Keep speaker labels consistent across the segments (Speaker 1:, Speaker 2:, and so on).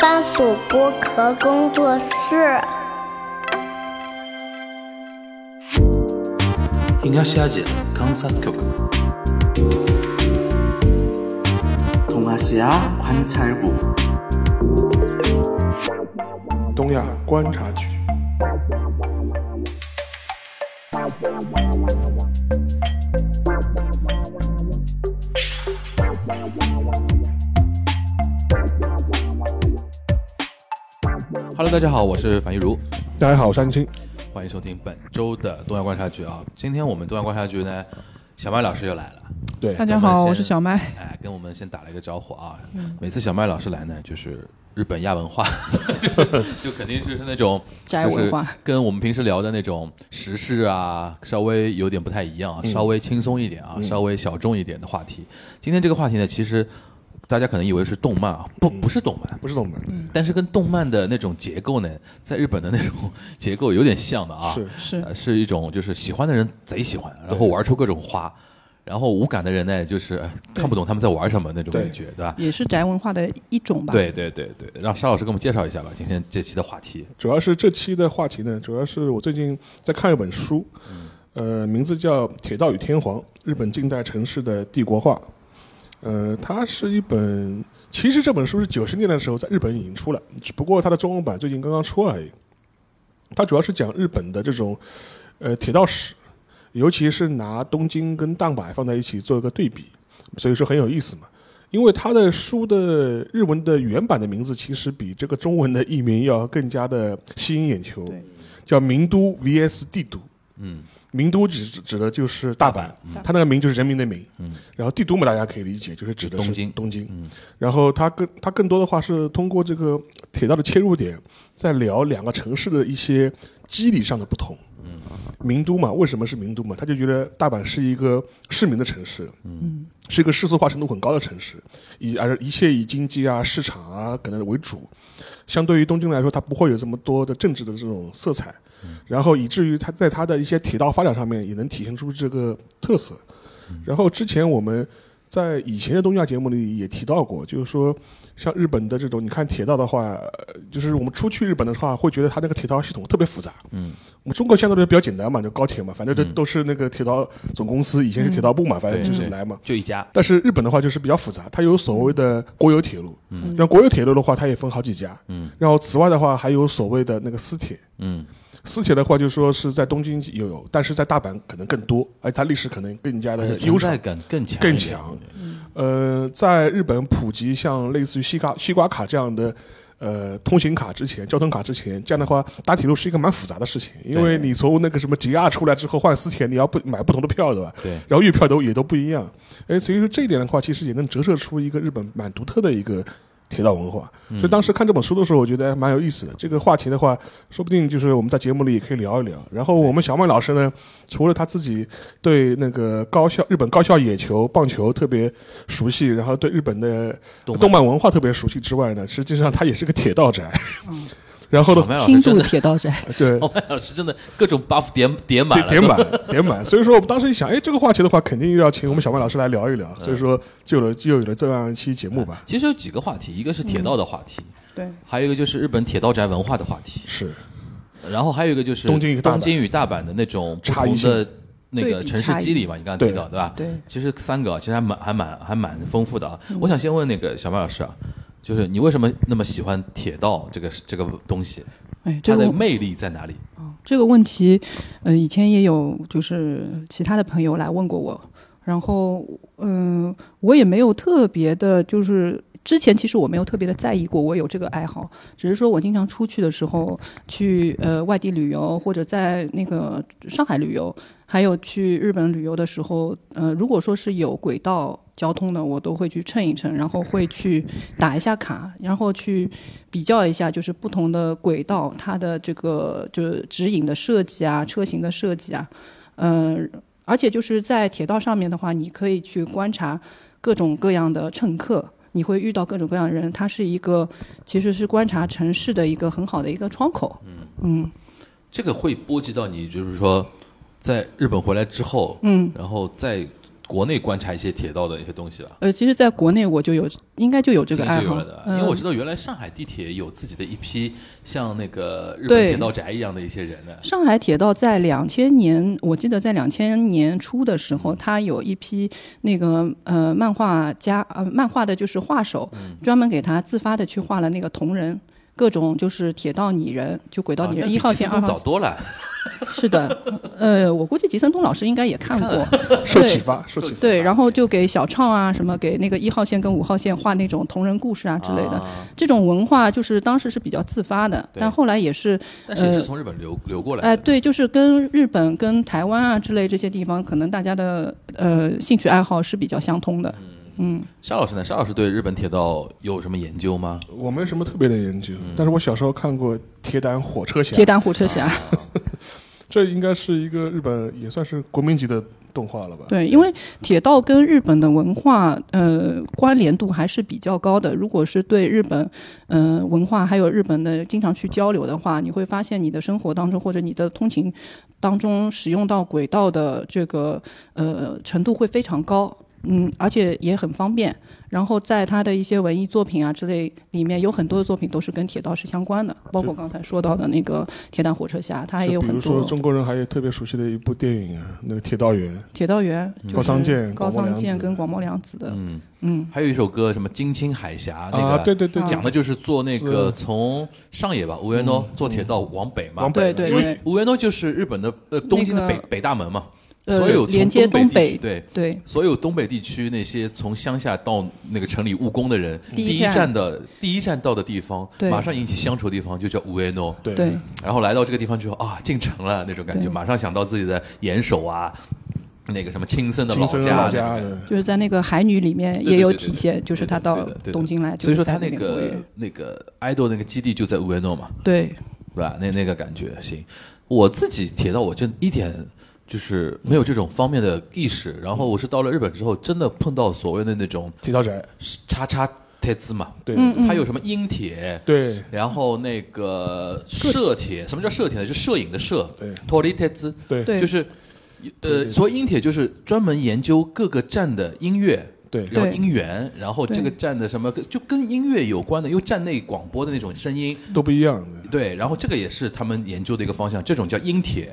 Speaker 1: 番薯剥壳工作室。
Speaker 2: 東アジア観察局
Speaker 3: 동아시아관찰국
Speaker 4: 东亚观察局。
Speaker 5: Hello，大家好，我是樊玉茹，
Speaker 4: 大家好，我是安青。
Speaker 5: 欢迎收听本周的东亚观察局啊。今天我们东亚观察局呢，小麦老师又来了。
Speaker 4: 对，
Speaker 6: 大家
Speaker 5: 跟
Speaker 6: 好，
Speaker 5: 们
Speaker 6: 我
Speaker 5: 先
Speaker 6: 是小麦。嗯
Speaker 5: 哎，跟我们先打了一个招呼啊。每次小麦老师来呢，就是日本亚 文化，就肯定是是那种
Speaker 6: 宅文化，
Speaker 5: 就是跟我们平时聊的那种时事啊，稍微有点不太一样
Speaker 6: 嗯
Speaker 5: 啊，稍微轻松一点啊，稍微小众一点的话题。今天这个话题呢，其实大家可能以为是动漫啊，
Speaker 6: 嗯
Speaker 5: 不，不是动漫，
Speaker 4: 不是东门，
Speaker 5: 但是跟动漫的那种结构呢，在日本的那种 结构有点像的啊，
Speaker 4: 是
Speaker 6: 是
Speaker 5: 呃是一种就是喜欢的人贼喜欢，然后玩出各种花，然后无感的人呢，就是哎看不懂他们在玩什么那种
Speaker 4: 对
Speaker 5: 感觉，对吧？
Speaker 6: 也是宅文化的一种吧？，
Speaker 5: 对对对对，让沙老师给我们介绍一下吧，今天这期的话题。
Speaker 4: 主要是这期的话题呢，主要是我最近在看一本书，呃，名字叫《铁道与天皇：日本近代城市的帝国化》。呃，它是一本，其实这本书是九十年代的时候在日本已经出了，只不过它的中文版最近刚刚出而已。它主要是讲日本的这种呃铁道史，尤其是拿东京跟大阪放在一起做一个对比，所以说很有意思嘛。因为它的书的日文的原版的名字其实比这个中文的译名要更加的吸引眼球
Speaker 6: 对，
Speaker 4: 叫《名都 VS 帝都》。
Speaker 5: 嗯，
Speaker 4: 名都指指的就是大阪，它那个名就是人民的民，然后帝都嘛，大家可以理解就是指的是
Speaker 5: 嗯东京
Speaker 4: 东京，
Speaker 5: 嗯
Speaker 4: 然后它更它更多的话是通过这个铁道的切入点，在聊两个城市的一些机理上的不同。
Speaker 5: 嗯
Speaker 4: 名都嘛，为什么是名都嘛？他就觉得大阪是一个市民的城市，
Speaker 6: 嗯，
Speaker 4: 是一个世俗化程度很高的城市，以而一切以经济啊、市场啊可能为主。相对于东京来说，它不会有这么多的政治的这种色彩，
Speaker 5: 嗯
Speaker 4: 然后以至于它在它的一些铁道发展上面也能体现出这个特色。
Speaker 5: 嗯
Speaker 4: 然后之前我们在以前的东亚节目里也提到过，就是说像日本的这种，你看铁道的话，呃就是我们出去日本的话，会觉得它那个铁道系统特别复杂。
Speaker 5: 嗯，
Speaker 4: 我们中国相对来说比较简单嘛，就高铁嘛，反正都
Speaker 5: 嗯
Speaker 4: 都是那个铁道总公司，以前是铁道部嘛，反正就是
Speaker 5: 对
Speaker 4: 来嘛。
Speaker 5: 就一家，
Speaker 4: 但是日本的话就是比较复杂，它有所谓的国有铁路，
Speaker 5: 嗯
Speaker 4: 然后国有铁路的话，它也分好几家，
Speaker 5: 嗯
Speaker 4: 然后此外的话还有所谓的那个私铁，
Speaker 5: 嗯
Speaker 4: 私铁的话就说是在东京有，但是在大阪可能更多，而且它历史可能更加
Speaker 5: 而
Speaker 4: 的
Speaker 5: 且存
Speaker 4: 悠长
Speaker 5: 在。感更强，
Speaker 4: 呃更强。呃，在日本普及像类似于西瓜西瓜卡这样的呃通行卡之前，交通卡之前，这样的话搭铁路是一个蛮复杂的事情，因为你从那个什么 JR 出来之后换私铁，你要不买不同的票对吧？
Speaker 5: 对，
Speaker 4: 然后月票都也都不一样。哎，所以说这一点的话，其实也能折射出一个日本蛮独特的一个。铁道文化，
Speaker 5: 嗯
Speaker 4: 所以当时看这本书的时候，我觉得哎蛮有意思的。这个话题的话，说不定就是我们在节目里也可以聊一聊。然后我们小麦老师呢，除了他自己对那个高校日本高校野球、棒球特别熟悉，然后对日本的
Speaker 5: 动
Speaker 4: 动漫文化特别熟悉之外呢，实际上他也是个铁道宅。然后
Speaker 5: 小
Speaker 4: 呢，
Speaker 5: 麦老
Speaker 6: 轻
Speaker 5: 师真
Speaker 6: 度
Speaker 5: 的，
Speaker 6: 铁 道宅。
Speaker 4: 对
Speaker 5: 小。麦老师真的各种 buff 点点满
Speaker 4: 点
Speaker 5: 了，
Speaker 4: 点满，点满。所以说，我们当时一想，哎，这个话题的话，肯定要请我们小麦老师来聊一聊。所以说，就有了就有了这样一期节目吧。
Speaker 5: 其实有几个话题，一个是铁道的话题，
Speaker 6: 对，
Speaker 5: 还有一个就是日本铁道宅文化的话题，
Speaker 4: 是，
Speaker 5: 然后还有一个就是
Speaker 4: 东京与大阪
Speaker 5: 与大阪的那种不
Speaker 4: 差异
Speaker 5: 同
Speaker 4: 性
Speaker 5: 的那个
Speaker 6: 对比
Speaker 5: 城市
Speaker 6: 差异
Speaker 5: 机理嘛，你刚才提
Speaker 4: 对
Speaker 5: 到对吧？
Speaker 6: 对，
Speaker 5: 其实三个啊其实还蛮还蛮还蛮丰富的啊。
Speaker 6: 嗯
Speaker 5: 我想先问那个小麦老师啊，就是你为什么那么喜欢铁道这个这个东西？
Speaker 6: 哎，这
Speaker 5: 它
Speaker 6: 个
Speaker 5: 的
Speaker 6: 问
Speaker 5: 魅力在哪里？
Speaker 6: 这个问题，呃，以前也有就是其他的朋友来问过我，然后嗯、我也没有特别的，就是。之前其实我没有特别的在意过，我有这个爱好，只是说我经常出去的时候，去呃外地旅游，或者在那个上海旅游，还有去日本旅游的时候，呃，如果说是有轨道交通的，我都会去乘一乘，然后会去打一下卡，然后去比较一下，就是不同的轨道它的这个就是指引的设计啊，车型的设计啊，呃，而且就是在铁道上面的话，你可以去观察各种各样的乘客。你会遇到各种各样的人，它是一个其实是观察城市的一个很好的一个窗口。嗯
Speaker 5: 这个会波及到你，就是说在日本回来之后，
Speaker 6: 嗯，
Speaker 5: 然后再国内观察一些铁道的一些东西吧。
Speaker 6: 呃，其实在国内我就有，应该就有这个
Speaker 5: 今天
Speaker 6: 爱
Speaker 5: 就有
Speaker 6: 好
Speaker 5: 了的，，因
Speaker 6: 嗯
Speaker 5: 为我知道原来上海地铁有自己的一批像那个日本
Speaker 6: 对
Speaker 5: 铁道宅一样的一些人呢。
Speaker 6: 上海铁道在两千年，我记得在两千年初的时候，它有一批那个呃漫画家呃漫画的就是画手，
Speaker 5: 嗯
Speaker 6: 专门给他自发的去画了那个铜人。各种就是铁道拟人，就轨道
Speaker 5: 啊
Speaker 6: 拟人，
Speaker 5: 那
Speaker 6: 一、
Speaker 5: 比
Speaker 6: 号
Speaker 5: 吉
Speaker 6: 线、
Speaker 5: 斯
Speaker 6: 二
Speaker 5: 通
Speaker 6: 号
Speaker 5: 早多了，
Speaker 6: 线是的，呃，我估计吉森东老师应该也看过，
Speaker 4: 受
Speaker 6: 对
Speaker 4: 启发，受启发。
Speaker 6: 对，然后就给小畅啊，什么给那个一号线跟五号线画那种同人故事啊之类的，
Speaker 5: 啊
Speaker 6: 这种文化就是当时是比较自发的，
Speaker 5: 对
Speaker 6: 但后来也是，
Speaker 5: 但是也是
Speaker 6: 呃
Speaker 5: 从日本流流过来的。
Speaker 6: 哎、对，就是跟日本、跟台湾啊之类这些地方，可能大家的呃兴趣爱好是比较相通的。嗯，
Speaker 5: 沙老师呢？沙老师对日本铁道有什么研究吗？
Speaker 4: 我没什么特别的研究，
Speaker 5: 嗯
Speaker 4: 但是我小时候看过《铁胆火车侠
Speaker 6: 铁》，胆火车啊侠，
Speaker 4: 这应该是一个日本也算是国民级的动画了吧？
Speaker 6: 对，因为铁道跟日本的文化呃关联度还是比较高的。如果是对日本呃文化还有日本的经常去交流的话，你会发现你的生活当中或者你的通勤当中使用到轨道的这个呃程度会非常高。嗯，而且也很方便。然后在他的一些文艺作品啊之类里面，有很多的作品都是跟铁道是相关的，包括刚才说到的那个《铁胆火车侠》，他也
Speaker 4: 就
Speaker 6: 有
Speaker 4: 比
Speaker 6: 很
Speaker 4: 如说
Speaker 6: 多
Speaker 4: 中国人还有特别熟悉的一部电影啊，那个《铁道员》，
Speaker 6: 铁道员，就
Speaker 4: 高仓
Speaker 6: 是
Speaker 4: 健
Speaker 6: 嗯高
Speaker 4: 广播
Speaker 6: 仓
Speaker 4: 良
Speaker 6: 健
Speaker 4: 子
Speaker 6: 跟广末凉子的
Speaker 5: 嗯，
Speaker 6: 嗯，
Speaker 5: 还有一首歌什么《金青海峡》那
Speaker 4: 啊，
Speaker 5: 个，
Speaker 4: 对对对，
Speaker 5: 讲的就是坐那个从上野吧，无缘诺
Speaker 4: 嗯
Speaker 5: 坐铁道往北嘛
Speaker 4: 往。北
Speaker 6: 对
Speaker 4: 的
Speaker 6: 对
Speaker 5: 因为
Speaker 6: 对
Speaker 5: 无缘诺就是日本的呃东京的
Speaker 6: 那
Speaker 5: 北
Speaker 6: 个
Speaker 5: 北大门嘛，
Speaker 6: 呃
Speaker 5: 所有从
Speaker 6: 连接
Speaker 5: 东
Speaker 6: 东
Speaker 5: 北地区
Speaker 6: 北
Speaker 5: 对
Speaker 6: 对
Speaker 5: 所有东北地区那些从乡下到那个城里务工的人，第
Speaker 6: 第一
Speaker 5: 一
Speaker 6: 站
Speaker 5: 站的第一站到的地方，
Speaker 6: 对
Speaker 5: 马上引起乡愁的地方就叫乌埃诺。
Speaker 4: 对
Speaker 6: 对，
Speaker 5: 然后来到这个地方之后啊，进城了那种感觉，
Speaker 6: 对
Speaker 5: 马上想到自己的岩手啊，那个什么亲生的老
Speaker 4: 亲
Speaker 5: 家
Speaker 4: 生的啊老
Speaker 5: 那种
Speaker 4: 家
Speaker 5: 感觉
Speaker 4: 的，
Speaker 6: 就是在那个海女里面
Speaker 5: 对对
Speaker 6: 也有
Speaker 5: 对对
Speaker 6: 体
Speaker 5: 对
Speaker 6: 现，就是他
Speaker 5: 对
Speaker 6: 到
Speaker 5: 的对的
Speaker 6: 东京来，
Speaker 5: 所以说
Speaker 6: 啊就是
Speaker 5: 他
Speaker 6: 在那边过
Speaker 5: 个
Speaker 6: 夜
Speaker 5: 那个 idol 那个基地就在乌埃诺嘛，
Speaker 6: 对
Speaker 5: 对吧？那那个感觉行。我自己铁道我真一点就是没有这种方面的意识，然后我是到了日本之后，真的碰到所谓的那种
Speaker 4: 铁道宅，
Speaker 5: 叉叉铁兹嘛，
Speaker 4: 对
Speaker 6: 嗯
Speaker 5: 它有什么鹰铁，
Speaker 4: 对
Speaker 5: 然后那个摄铁，什么叫摄铁呢？就摄影的摄，
Speaker 4: 对
Speaker 5: 脱离铁兹，
Speaker 4: 对
Speaker 6: 对
Speaker 5: 就是呃，所谓鹰铁就是专门研究各个站的音乐。
Speaker 4: 对
Speaker 5: 然后
Speaker 6: 对
Speaker 5: 音源，然后这个站的什么就跟音乐有关的，又站内广播的那种声音，
Speaker 4: 都不一样的。
Speaker 5: 对，然后这个也是他们研究的一个方向，这种叫音铁。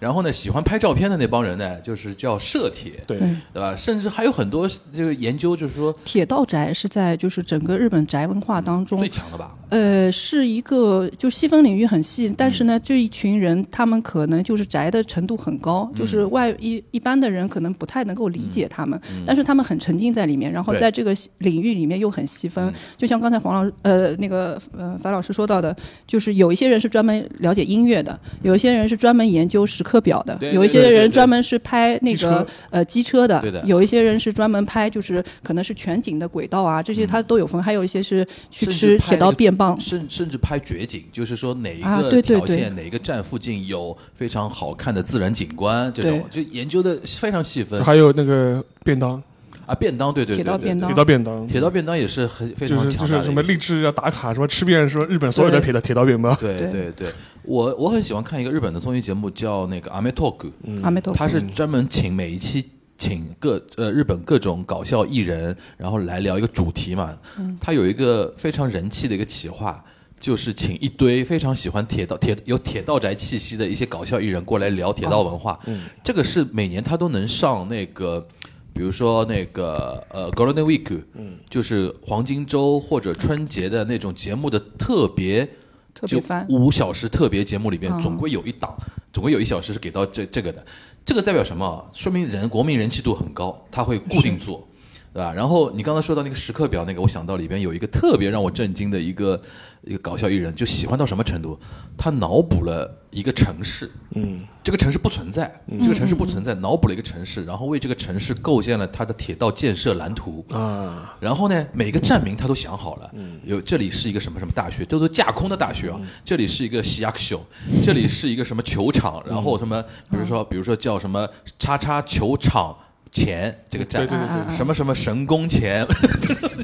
Speaker 5: 然后呢，喜欢拍照片的那帮人呢，就是叫摄铁，
Speaker 4: 对，
Speaker 5: 对吧？甚至还有很多就是研究，就是说
Speaker 6: 铁道宅是在就是整个日本宅文化当中
Speaker 5: 最，强的吧，
Speaker 6: 呃，是一个就细分领域很细，但是
Speaker 5: 嗯
Speaker 6: 呢，这一群人他们可能就是宅的程度很高，
Speaker 5: 嗯
Speaker 6: 就是外一一般的人可能不太能够理解他们，但是他们很沉浸在里面，然后
Speaker 5: 嗯对嗯
Speaker 6: 在这个细领域里面又很细分，就像刚才黄老呃那个呃樊老师说到的，就是有一些人是专门了解音乐的，有一些人是专门研究时刻表的
Speaker 5: 嗯对，
Speaker 6: 有一
Speaker 5: 对
Speaker 6: 些
Speaker 5: 对对
Speaker 6: 人
Speaker 5: 对
Speaker 6: 专门是拍那
Speaker 4: 机
Speaker 6: 个
Speaker 4: 车
Speaker 6: 呃机车的
Speaker 5: 对的，
Speaker 6: 有一些人是专门拍就是可能是全景的轨道啊，这些他都有分，还有一些是去
Speaker 5: 嗯甚至
Speaker 6: 吃
Speaker 5: 拍
Speaker 6: 铁
Speaker 5: 那
Speaker 6: 道
Speaker 5: 个
Speaker 6: 便棒。
Speaker 5: 甚甚至拍绝景，就是说哪一
Speaker 6: 啊
Speaker 5: 个
Speaker 6: 对对
Speaker 5: 条线、
Speaker 6: 对
Speaker 5: 哪一个站附近有非常好看的自然景观，这种就研究的非常细分
Speaker 4: 还有那个便当，
Speaker 5: 啊。便当，对对对
Speaker 6: 铁道
Speaker 5: 对
Speaker 6: 便
Speaker 5: 对
Speaker 6: 当
Speaker 4: 铁道便当，
Speaker 5: 铁道便当也是很非
Speaker 4: 就
Speaker 5: 常
Speaker 4: 是
Speaker 5: 强
Speaker 4: 就
Speaker 5: 大的
Speaker 4: 是
Speaker 5: 一个
Speaker 4: 什么励志要打卡，什么吃遍说日本所有的
Speaker 6: 对
Speaker 4: 铁道铁道便当，
Speaker 5: 对对对，我我很喜欢看一个日本的综艺节目，叫那个《阿妹 talk》，
Speaker 6: 阿梅多
Speaker 5: 他是专门请每一期请各呃日本各种搞笑艺人，然后来聊一个主题嘛。他有一个非常人气的一个企划，就是请一堆非常喜欢铁道铁有铁道宅气息的一些搞笑艺人过来聊铁道文化。这个是每年他都能上那个。比如说那个呃 Golden Week，嗯，就是黄金周或者春节的那种节目的特别
Speaker 6: 特别嗯
Speaker 5: 就
Speaker 6: 翻，
Speaker 5: 五小时特别节目里边，总归有一档，总归有一小时是给到这这个的。这个代表什么啊？说明人国民人气度很高，他会固定做，对吧？然后你刚才说到那个时刻表那个，我想到里边有一个特别让我震惊的一个一个搞笑艺人，就喜欢到什么程度？他脑补了一个城市，
Speaker 4: 嗯，
Speaker 5: 这个城市不存在，这个城市不
Speaker 6: 嗯
Speaker 5: 存在，脑补了一个城市，然后为这个城市构建了他的铁道建设蓝图
Speaker 4: 啊，嗯
Speaker 5: 然后呢，每个站名他都想好了，有这里是一个什么什么大学，这都架空的大学啊，这里是一个西亚秀，这里是一个什么球场，然
Speaker 4: 嗯
Speaker 5: 后什么，比如说比如说叫什么叉叉球场前这个站，
Speaker 4: 对对对
Speaker 5: 什么什么神宫前，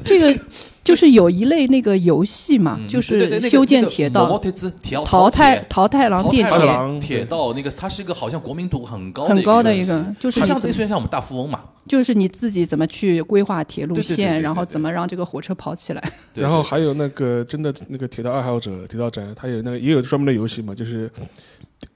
Speaker 6: 这个就是有一类那个游戏嘛，
Speaker 5: 嗯
Speaker 6: 就
Speaker 5: 对对
Speaker 6: 是
Speaker 5: 对
Speaker 6: 修建铁
Speaker 5: 那个
Speaker 6: 道
Speaker 5: 摩、摩铁兹铁道
Speaker 6: 淘汰
Speaker 5: 铁
Speaker 6: 淘汰狼
Speaker 5: 淘
Speaker 6: 电
Speaker 5: 汰
Speaker 4: 铁
Speaker 6: 铁，
Speaker 5: 狼铁道那个，它是一个好像国民度很高
Speaker 6: 很高的一
Speaker 5: 一
Speaker 6: 个
Speaker 5: 东西，
Speaker 6: 就是
Speaker 5: 它
Speaker 6: 你
Speaker 5: 像
Speaker 6: 怎
Speaker 5: 类
Speaker 6: 么
Speaker 5: 似于像我们大富翁嘛，
Speaker 6: 就是你自己怎么去规划铁路
Speaker 5: 对对对对对
Speaker 6: 线，
Speaker 5: 对
Speaker 6: 然后
Speaker 5: 对
Speaker 6: 怎么让这个火车跑起来。
Speaker 5: 对
Speaker 4: 然后
Speaker 5: 对
Speaker 4: 还有那个真的那个铁道爱好者、铁道宅，他有那个也有专门的游戏嘛，就是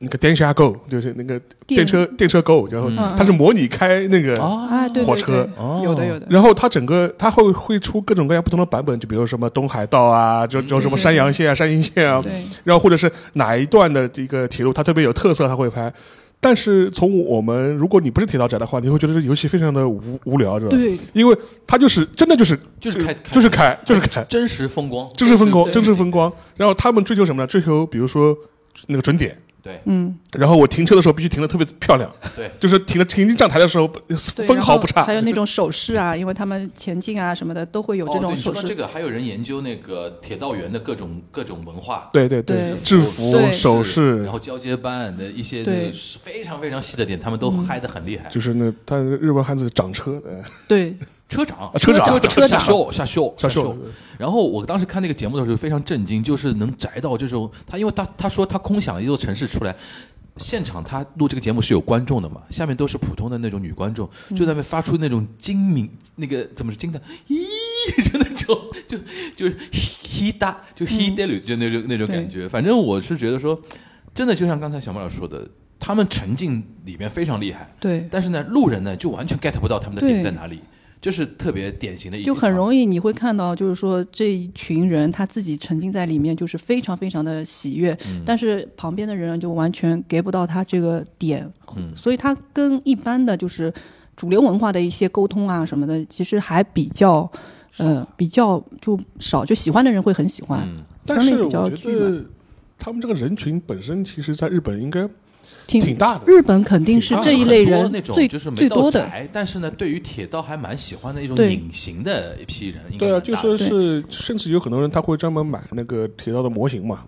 Speaker 4: 那个电车 Go，就是那个电车电车 Go，然后
Speaker 5: 嗯
Speaker 4: 它是模拟开那个，
Speaker 5: 啊，
Speaker 6: 啊，对对对，
Speaker 4: 火车
Speaker 5: 哦
Speaker 6: 有的有的，
Speaker 4: 然后它整个它会会出各种各样不同的版本，就比如什么东海道啊，就就什么
Speaker 6: 对对
Speaker 4: 山阳线啊、山阴线啊，
Speaker 6: 对
Speaker 4: 然后或者是哪一段的这个铁路它特别有特色，它会拍。但是从我们，如果你不是铁道宅的话，你会觉得这游戏非常的无无聊，是吧？
Speaker 6: 对，
Speaker 4: 因为它就是真的就是
Speaker 5: 就是开开
Speaker 4: 就是开就是开，
Speaker 5: 真实风光，
Speaker 4: 政治风光，
Speaker 6: 对
Speaker 4: 政治风光。然后他们追求什么呢？追求比如说那个准点，
Speaker 5: 对
Speaker 6: 嗯，
Speaker 4: 然后我停车的时候必须停的特别漂亮，
Speaker 5: 对
Speaker 4: 就是停的停进站台的时候呃
Speaker 6: 对
Speaker 4: 分毫
Speaker 6: 然后
Speaker 4: 不差。
Speaker 6: 还有那种手势啊，因为他们前进啊什么的都会有
Speaker 5: 哦
Speaker 6: 这
Speaker 5: 对
Speaker 6: 种
Speaker 5: 你说
Speaker 6: 手
Speaker 5: 到
Speaker 6: 势
Speaker 5: 这。个，还有人研究那个铁道员的各种各种文化。
Speaker 4: 对对
Speaker 6: 对
Speaker 4: 制服
Speaker 6: 对、
Speaker 4: 首饰
Speaker 5: 然，后交接班的一些
Speaker 6: 对
Speaker 5: 那个是非常非常细的点，他们都嗨得很厉害。
Speaker 4: 就是那他日本汉字掌车，呃
Speaker 6: 对，
Speaker 5: 车长，
Speaker 4: 车长
Speaker 5: 车
Speaker 6: 车长
Speaker 5: 下秀，下秀，
Speaker 4: 像
Speaker 5: 秀
Speaker 4: 秀。
Speaker 5: 然后我当时看那个节目的时候非常震惊，就是能宅到这种他，因为他他说他空想了一座城市出来，现场他录这个节目是有观众的嘛，下面都是普通的那种女观众，就在那边发出那种精明那个怎么是惊叹， 咦，就那种就就是 he 哒就 he 哒就那种那种感觉。反正我是觉得说，真的就像刚才小马老师说的，他们沉浸里面非常厉害，
Speaker 6: 对，
Speaker 5: 但是呢，路人呢就完全 get 不到他们的点
Speaker 6: 对
Speaker 5: 在哪里，这是特别典型的一点
Speaker 6: 就
Speaker 5: 啊，
Speaker 6: 很容易你会看到，就是说这一群人他自己沉浸在里面，就是非常非常的喜悦，
Speaker 5: 嗯
Speaker 6: 但是旁边的人就完全给不到他这个点，
Speaker 5: 嗯
Speaker 6: 所以他跟一般的就是主流文化的一些沟通啊什么的，其实还比较。呃，比较就少，就喜欢的人会很喜欢，
Speaker 5: 嗯。
Speaker 4: 但是
Speaker 6: 分类
Speaker 4: 我
Speaker 6: 比较
Speaker 4: 觉
Speaker 6: 巨
Speaker 4: 得他们这个人群本身其实在日本应该
Speaker 6: 挺
Speaker 4: 挺大的。
Speaker 6: 日本肯定是
Speaker 5: 啊
Speaker 6: 这一
Speaker 5: 很
Speaker 6: 类
Speaker 5: 多
Speaker 6: 人
Speaker 5: 那种
Speaker 6: 最
Speaker 5: 就是没
Speaker 6: 最
Speaker 5: 到
Speaker 6: 多的，
Speaker 5: 宅，但是呢，对于铁道还蛮喜欢的一种
Speaker 6: 对
Speaker 5: 隐形的一批人，应该
Speaker 4: 对啊，
Speaker 5: 蛮
Speaker 4: 就
Speaker 5: 大
Speaker 4: 说
Speaker 5: 的
Speaker 4: 是，甚至有很多人他会专门买那个铁道的模型嘛，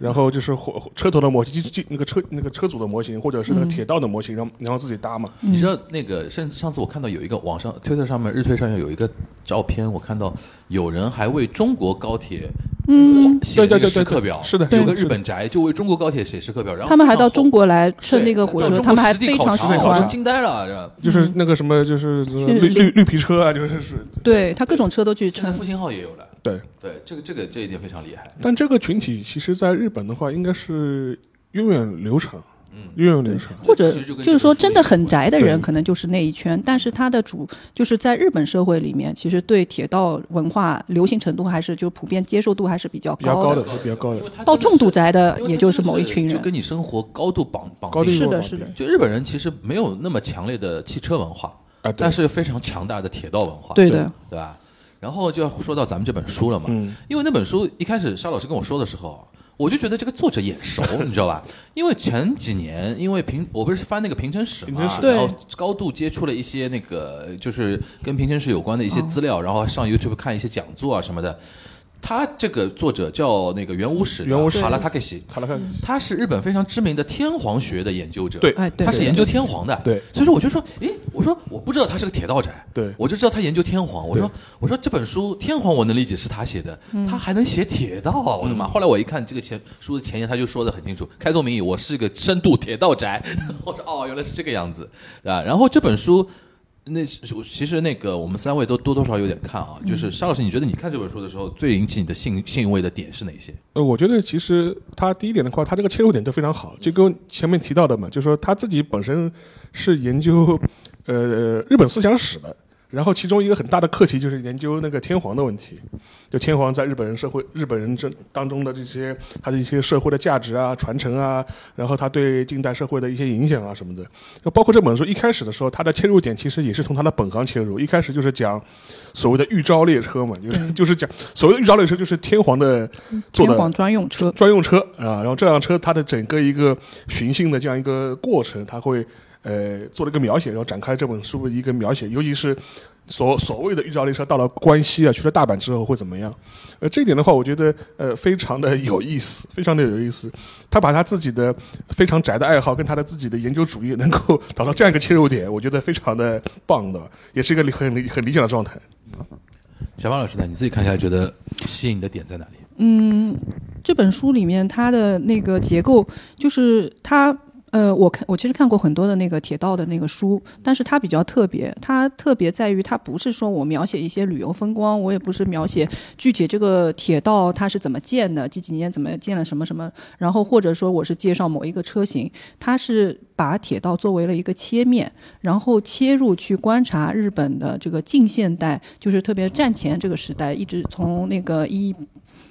Speaker 4: 然后就是火车头的模型，机机那个车那个车组的模型，或者是
Speaker 6: 嗯
Speaker 4: 那个铁道的模型，然后然后自己搭嘛。
Speaker 5: 你知道那个，甚至上次我看到有一个网上推特上面日推上面有一个照片，我看到有人还为中国高铁嗯写了
Speaker 4: 对对
Speaker 5: 那个
Speaker 4: 对对
Speaker 5: 时刻
Speaker 4: 对
Speaker 5: 表，
Speaker 4: 是的
Speaker 5: 有
Speaker 4: 是
Speaker 5: 个
Speaker 4: 的
Speaker 5: 日本宅就为中国高铁写时刻表，然后
Speaker 6: 他们还
Speaker 5: 非常
Speaker 6: 到
Speaker 5: 厚
Speaker 6: 中国来乘那个
Speaker 5: 对
Speaker 6: 火
Speaker 5: 到
Speaker 6: 车，
Speaker 5: 中
Speaker 6: 他们
Speaker 5: 国
Speaker 6: 还
Speaker 5: 实地
Speaker 6: 非
Speaker 5: 考
Speaker 6: 常
Speaker 5: 察
Speaker 6: 喜
Speaker 5: 我
Speaker 4: 考
Speaker 5: 是
Speaker 6: 欢
Speaker 4: 察。
Speaker 5: 惊呆了，这
Speaker 6: 嗯
Speaker 4: 就是那个什么，就是绿
Speaker 6: 林
Speaker 4: 绿绿皮车啊，就是是。
Speaker 6: 对他各种车都去
Speaker 5: 现在
Speaker 6: 乘
Speaker 5: 复，兴号也有了，
Speaker 4: 对，
Speaker 5: 对，这个这个这一点非常厉害，
Speaker 4: 但这个群体其实在日本的话，应该是源远流长，
Speaker 5: 嗯，
Speaker 4: 源远流长。
Speaker 6: 或者
Speaker 5: 其实就跟这
Speaker 6: 就是
Speaker 5: 个
Speaker 6: 说
Speaker 5: 是
Speaker 6: 真
Speaker 5: 一
Speaker 6: 的
Speaker 5: 个
Speaker 6: 很宅的人，
Speaker 4: 对
Speaker 6: 可能就是那一圈。但是他的主就是在日本社会里面，其实对铁道文化流行程度还是就普遍接受度还是比较
Speaker 4: 比较
Speaker 6: 高
Speaker 4: 高的比较高的
Speaker 5: 因为它
Speaker 6: 到
Speaker 5: 真的
Speaker 6: 重度
Speaker 5: 是
Speaker 6: 宅的
Speaker 5: 因为
Speaker 6: 也
Speaker 5: 它
Speaker 6: 就
Speaker 5: 真
Speaker 6: 是
Speaker 5: 的
Speaker 6: 某一群
Speaker 5: 就
Speaker 6: 人。
Speaker 5: 跟你生活高度绑绑
Speaker 4: 高
Speaker 5: 定
Speaker 4: 地
Speaker 6: 是
Speaker 4: 弱
Speaker 6: 的
Speaker 4: 绑
Speaker 6: 是的
Speaker 4: 定
Speaker 5: 就日本人其实没有那么强烈的汽车文化，
Speaker 4: 啊，对
Speaker 5: 但是非常强大的铁道文化，
Speaker 6: 对的，
Speaker 5: 对吧？然后就要说到咱们这本书了嘛，
Speaker 4: 嗯
Speaker 5: 因为那本书一开始沙老师跟我说的时候，我就觉得这个作者眼熟，你知道吧？因为前几年，因为平我不是翻那个平成史嘛
Speaker 4: 平成，史
Speaker 5: 然后
Speaker 6: 对
Speaker 5: 高度接触了一些那个就是跟平成史有关的一
Speaker 6: 哦
Speaker 5: 些资料，然后上 YouTube 看一些讲座啊什么的。他这个作者叫那个原武史的
Speaker 4: 原武史
Speaker 5: 哈拉塔克西，
Speaker 4: 看来看，
Speaker 5: 他是日本非常知名的天皇学的研究者，
Speaker 4: 对
Speaker 6: 哎对
Speaker 5: 他是研究天皇的，
Speaker 4: 对
Speaker 5: 所以说我就说，诶，我说我不知道他是个铁道宅，
Speaker 4: 对
Speaker 5: 我就知道他研究天皇，我说
Speaker 4: 对
Speaker 5: 我说这本书天皇我能理解是他写的，
Speaker 6: 嗯
Speaker 5: 他还能写铁道啊，我的妈！后来我一看这个前书的前言，他就说的很清楚，开宗明义，我是个深度铁道宅， 我说哦，原来是这个样子，啊，然后这本书。那是其实那个我们三位都多多少少有点看啊，就是沙老师，你觉得你看这本书的时候，最引起你的兴兴味的点是哪些？
Speaker 4: 呃，我觉得其实他第一点的话，他这个切入点就非常好，就跟前面提到的嘛，就说他自己本身是研究呃日本思想史的，然后其中一个很大的课题就是研究那个天皇的问题，就天皇在日本人社会、日本人这当中的这些他的一些社会的价值啊、传承啊，然后他对近代社会的一些影响啊什么的。就包括这本书一开始的时候，他的切入点其实也是从他的本行切入，一开始就是讲所谓的预兆列车嘛，就是就是讲所谓的预兆列车就是天皇的做
Speaker 6: 嗯天
Speaker 4: 的
Speaker 6: 皇专用车，
Speaker 4: 专用车啊，然后这辆车它的整个一个寻衅的这样一个过程，它会呃做了一个描写，然后展开这本书的一个描写，尤其是所所谓的预兆列车到了关西啊，去了大阪之后会怎么样？呃，这一点的话，我觉得呃非常的有意思，非常的有意思。他把他自己的呃非常宅的爱好跟他的自己的研究主义能够找到这样一个切入点，我觉得非常的棒的，也是一个理很理很理想的状态。
Speaker 5: 小芳老师呢，你自己看下来觉得吸引你的点在哪里？
Speaker 6: 嗯，这本书里面它的那个结构，就是它呃，我看我其实看过很多的那个铁道的那个书，但是它比较特别，它特别在于它不是说我描写一些旅游风光，我也不是描写具体这个铁道它是怎么建的，几几年怎么建了什么什么，然后或者说我是介绍某一个车型，它是把铁道作为了一个切面，然后切入去观察日本的这个近现代，就是特别战前这个时代，一直从那个一。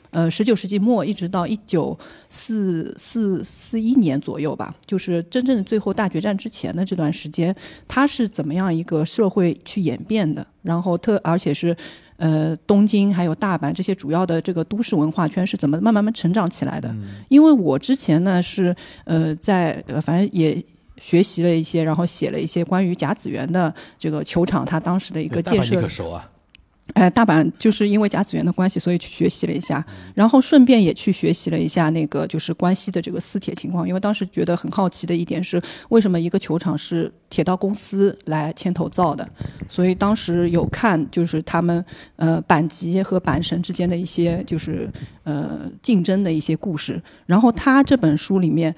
Speaker 6: 呃，十九世纪末一直到一九四四四一年左右吧，就是真正最后大决战之前的这段时间，它是怎么样一个社会去演变的？然后特而且是，呃，东京还有大阪这些主要的这个都市文化圈是怎么慢慢慢成长起来的？
Speaker 5: 嗯
Speaker 6: 因为我之前呢是呃在呃反正也。学习了一些，然后写了一些关于甲子园的这个球场，它当时的一个
Speaker 5: 大
Speaker 6: 建
Speaker 5: 阪
Speaker 6: 设
Speaker 5: 你可熟啊，
Speaker 6: 哎，大阪就是因为甲子园的关系，所以去学习了一下，然后顺便也去学习了一下那个就是关西的这个私铁情况，因为当时觉得很好奇的一点是，为什么一个球场是铁道公司来牵头造的？所以当时有看就是他们呃阪急和阪神之间的一些就是呃竞争的一些故事，然后他这本书里面。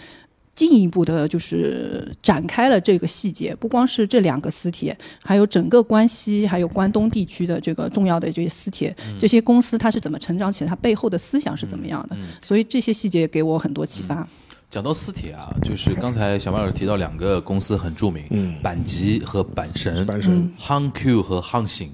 Speaker 6: 进一步的，就是展开了这个细节，不光是这两个私铁，还有整个关西，还有关东地区的这个重要的这些私铁，
Speaker 4: 嗯
Speaker 6: 这些公司它是怎么成长起来，它背后的思想是怎么样
Speaker 4: 嗯
Speaker 6: 的，所以这些细节给我很多启发。
Speaker 5: 讲到私铁啊，就是刚才小曼老师提到两个公司很著名，阪急和阪神，
Speaker 4: 嗯阪神嗯
Speaker 5: h Q 和 h 行，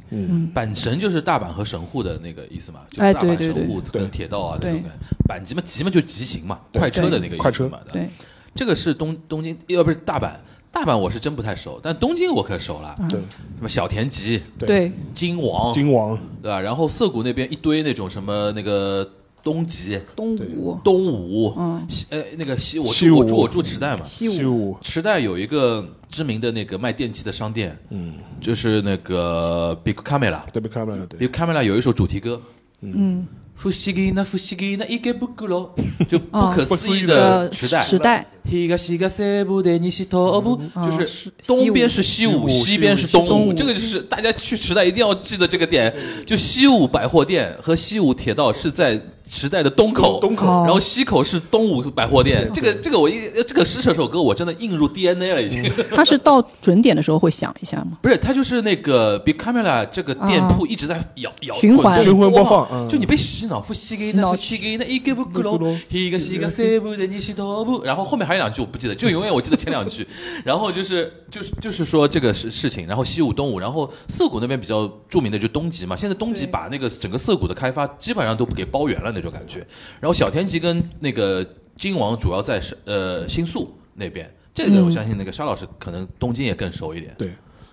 Speaker 5: 阪神就是大阪和神户的那个意思嘛，就
Speaker 6: 哎
Speaker 5: 大阪
Speaker 6: 对对
Speaker 5: 神
Speaker 6: 对
Speaker 5: 户跟铁道啊那
Speaker 6: 对
Speaker 5: 种感觉，阪急嘛，急嘛就急行嘛，快车的那个意
Speaker 4: 快
Speaker 5: 思
Speaker 4: 车
Speaker 5: 嘛，
Speaker 6: 对，
Speaker 5: 这个是东东京，要不是大阪，大阪我是真不太熟，但东京我可熟了，
Speaker 6: 啊
Speaker 4: 对，
Speaker 5: 什么小田急、
Speaker 6: 对，
Speaker 5: 金王，
Speaker 4: 金王
Speaker 5: 对吧？然后涩谷那边一堆那种什么那个东极、
Speaker 6: 东吴、
Speaker 5: 东武，
Speaker 6: 嗯
Speaker 5: 西呃那个西，我
Speaker 4: 西
Speaker 5: 住我
Speaker 4: 武
Speaker 5: 住我住池袋嘛，
Speaker 6: 西
Speaker 4: 西
Speaker 6: 武，
Speaker 4: 武
Speaker 5: 池袋有一个知名的那个卖电器的商店，嗯，就是那个 Big Camera，Big
Speaker 4: 德比卡曼对
Speaker 5: Camera 有一首主题歌，
Speaker 6: 嗯，
Speaker 5: 不思議な不思議な一个不可 ろ，就哦不可思议
Speaker 6: 呃
Speaker 5: 的，池袋。
Speaker 6: 时代，
Speaker 5: 東が西部で西東部，
Speaker 6: 嗯
Speaker 5: 就
Speaker 6: 西
Speaker 5: 是
Speaker 6: 武
Speaker 5: 东边是西武，
Speaker 4: 西武
Speaker 5: 西边是
Speaker 6: 东
Speaker 5: 东
Speaker 6: 武
Speaker 5: 武，这个就是大家去池袋一定要记得这个点。就西武百货店和西武铁道是在池袋的东口，
Speaker 4: 东口
Speaker 6: 哦
Speaker 5: 然后西口是东武百货店。这个这个我一这个是这首歌我真的映入 DNA 了，已经。
Speaker 6: 它是到准点的时候会响一下吗？啊
Speaker 5: 不是，它就是那个 Big Camera 这个店铺一直在摇摇
Speaker 6: 循环
Speaker 4: 循环播放嗯
Speaker 5: 就你被洗脑，不洗给
Speaker 6: 洗
Speaker 5: 那
Speaker 6: 脑
Speaker 5: 不洗给那一个不咕
Speaker 4: 咕
Speaker 5: 噜
Speaker 4: 噜，
Speaker 5: 一个西个西部的你西头不，然后后面还有两句我不记得，就永远我记得前两句，然后就是就是就是说这个事事情，然后西武东武，然后涩谷那边比较著名的就东极嘛，现在东极
Speaker 6: 对
Speaker 5: 把那个整个涩谷的开发基本上都给包圆了那种感觉，然后小田急跟那个金王主要在是呃新宿那边。这
Speaker 6: 嗯
Speaker 5: 个我相信那个沙老师可能东京也更熟一点，
Speaker 4: 对，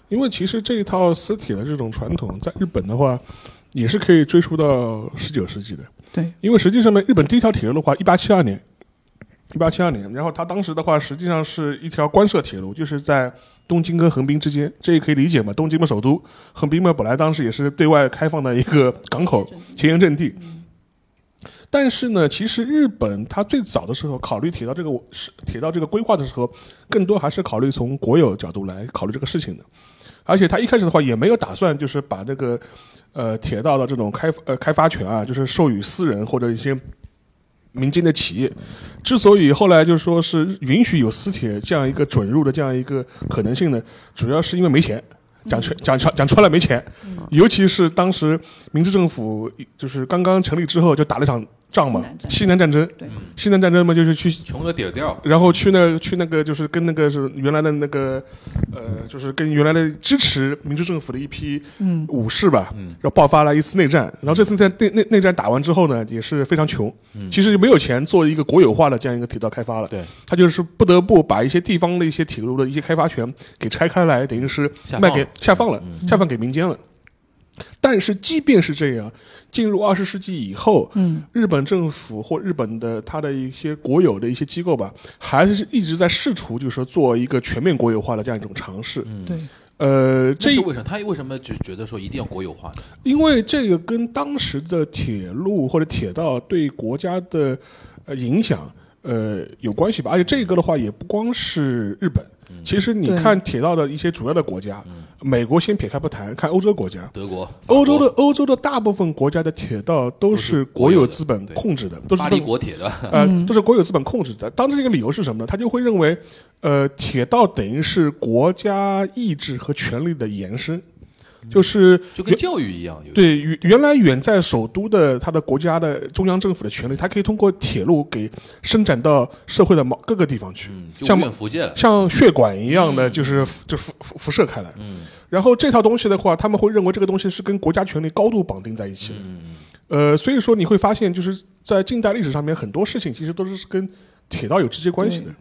Speaker 4: 因为其实这一套私铁的这种传统，在日本的话，也是可以追溯到十九世纪的。
Speaker 6: 对，
Speaker 4: 因为实际上呢，日本第一条铁路的话，一八七二年，一八七二年，然后它当时的话，实际上是一条官设铁路，就是在东京跟横滨之间，这也可以理解嘛。东京嘛，首都，横滨嘛，本来当时也是对外开放的一个港口前沿阵地。但是呢，其实日本它最早的时候考虑铁道这个是铁道这个规划的时候，更多还是考虑从国有角度来考虑这个事情的。而且他一开始的话也没有打算就是把这个呃铁道的这种开呃开发权啊，就是授予私人或者一些民间的企业。之所以后来就说是允许有私铁这样一个准入的这样一个可能性呢，主要是因为没钱。讲穿讲穿讲穿了没钱，尤其是当时明治政府就是刚刚成立之后就打了一场仗嘛，西
Speaker 6: 西
Speaker 4: 南战争，
Speaker 6: 对
Speaker 4: 西南战争嘛就是去
Speaker 5: 穷的底儿掉，
Speaker 4: 然后去那去那个就是跟那个是原来的那个，呃，就是跟原来的支持民主政府的一批
Speaker 6: 嗯
Speaker 4: 武士吧，然后爆发了一次内战。然后这次在内内内战打完之后呢，也是非常穷，其实就没有钱做一个国有化的这样一个铁道开发了。
Speaker 5: 嗯对，
Speaker 4: 他就是不得不把一些地方的一些铁路的一些开发权给拆开来，等于是
Speaker 5: 下
Speaker 4: 卖
Speaker 5: 放
Speaker 4: 给
Speaker 5: 了嗯
Speaker 4: 下放了，下放给民间了。但是即便是这样，进入二十世纪以后，
Speaker 6: 嗯，
Speaker 4: 日本政府或日本的它的一些国有的一些机构吧，还是一直在试图，就是说做一个全面国有化的这样一种尝试。
Speaker 6: 对，
Speaker 4: 呃，
Speaker 5: 这
Speaker 4: 这
Speaker 5: 是为什么？他为什么就觉得说一定要国有化呢？
Speaker 4: 因为这个跟当时的铁路或者铁道对国家的呃影响呃有关系吧。而且这个的话，也不光是日本，
Speaker 5: 嗯
Speaker 4: 其实你
Speaker 6: 对
Speaker 4: 看铁道的一些主要的国家，美国先撇开不谈，看欧洲国家。
Speaker 5: 德国、
Speaker 4: 欧洲的
Speaker 5: 嗯法
Speaker 4: 欧洲的大部分国家的铁道都是国有资本
Speaker 5: 都是国有的对
Speaker 4: 控制的，都
Speaker 5: 国
Speaker 4: 是
Speaker 5: 巴
Speaker 4: 被
Speaker 5: 黎国铁的，
Speaker 4: 呃，都是国有资本控制的。当时这个理由是什么呢？他就会认为，呃，铁道等于是国家意志和权力的延伸，就是
Speaker 5: 就跟教育一样，有
Speaker 4: 对原原来远在首都的他的国家的中央政府的权力，它可以通过铁路给伸展到社会的某各个地方去，
Speaker 5: 嗯就
Speaker 4: 像
Speaker 5: 无远弗届了。
Speaker 4: 像血管一样
Speaker 5: 嗯
Speaker 4: 的，就是就辐辐辐射开来。然后这套东西的话，他们会认为这个东西是跟国家权力高度绑定在一
Speaker 5: 嗯
Speaker 4: 起的。呃，所以说你会发现，就是在近代历史上面，很多事情其实都是跟铁道有直接关系的。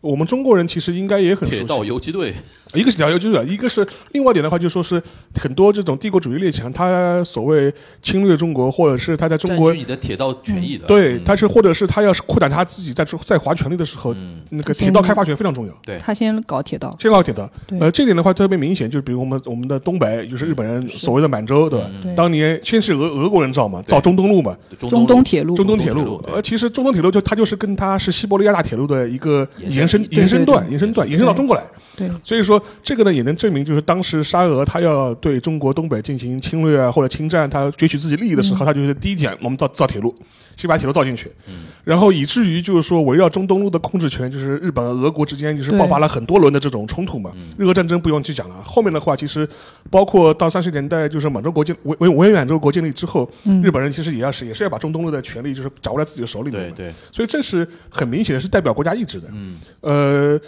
Speaker 4: 我们中国人其实应该也很熟悉
Speaker 5: 铁道游击队，
Speaker 4: 一个是条游击队，一个是另外一点的话，就说是很多这种帝国主义列强，他所谓侵略中国，或者是他在中
Speaker 5: 占
Speaker 4: 国
Speaker 5: 据你的铁道权益的，
Speaker 4: 对，
Speaker 5: 嗯
Speaker 4: 他是或者是他要是扩展他自己在中在华权力的时候，
Speaker 5: 嗯
Speaker 4: 那个铁道开发权非常重要。
Speaker 5: 对
Speaker 6: 他先搞铁道，
Speaker 4: 这个老铁的，
Speaker 6: 对
Speaker 4: 呃，这点的话特别明显，就是比如我们我们的东北，就是日本人所谓的满洲，对吧？
Speaker 6: 对
Speaker 4: 当年先是俄俄国人造嘛，造中东路嘛，
Speaker 6: 中
Speaker 5: 东
Speaker 6: 东
Speaker 5: 路
Speaker 6: 铁路，
Speaker 4: 中东
Speaker 5: 铁
Speaker 4: 铁
Speaker 5: 路
Speaker 4: 路，
Speaker 5: 对
Speaker 4: 呃，其实中东铁路就它就是跟它是西伯利亚大铁路的一个
Speaker 5: 延伸
Speaker 4: 延伸
Speaker 6: 对
Speaker 4: 延伸
Speaker 6: 对
Speaker 4: 段
Speaker 6: 对
Speaker 4: 延伸段延伸到中国来，
Speaker 6: 对
Speaker 4: 所以说这个呢也能证明，就是当时沙俄他要对中国东北进行侵略啊或者侵占，他攫取自己利益的
Speaker 6: 嗯
Speaker 4: 时候，他就是第一点我们造造铁路，先把铁路造进去，然后以至于就是说围绕中东路的控制权，就是日本和俄国之间就是
Speaker 6: 对
Speaker 4: 爆发了很多轮的这种冲突嘛。日俄战争不用去讲了，后面的话其实包括到三十年代就是满洲国建维维维满洲国建立之后，
Speaker 6: 嗯
Speaker 4: 日本人其实也要是也是要把中东路的权利就是掌握在自己的手里面
Speaker 5: 对对，
Speaker 4: 嘛。所以这是很明显的是代表国家意志的。嗯，呃。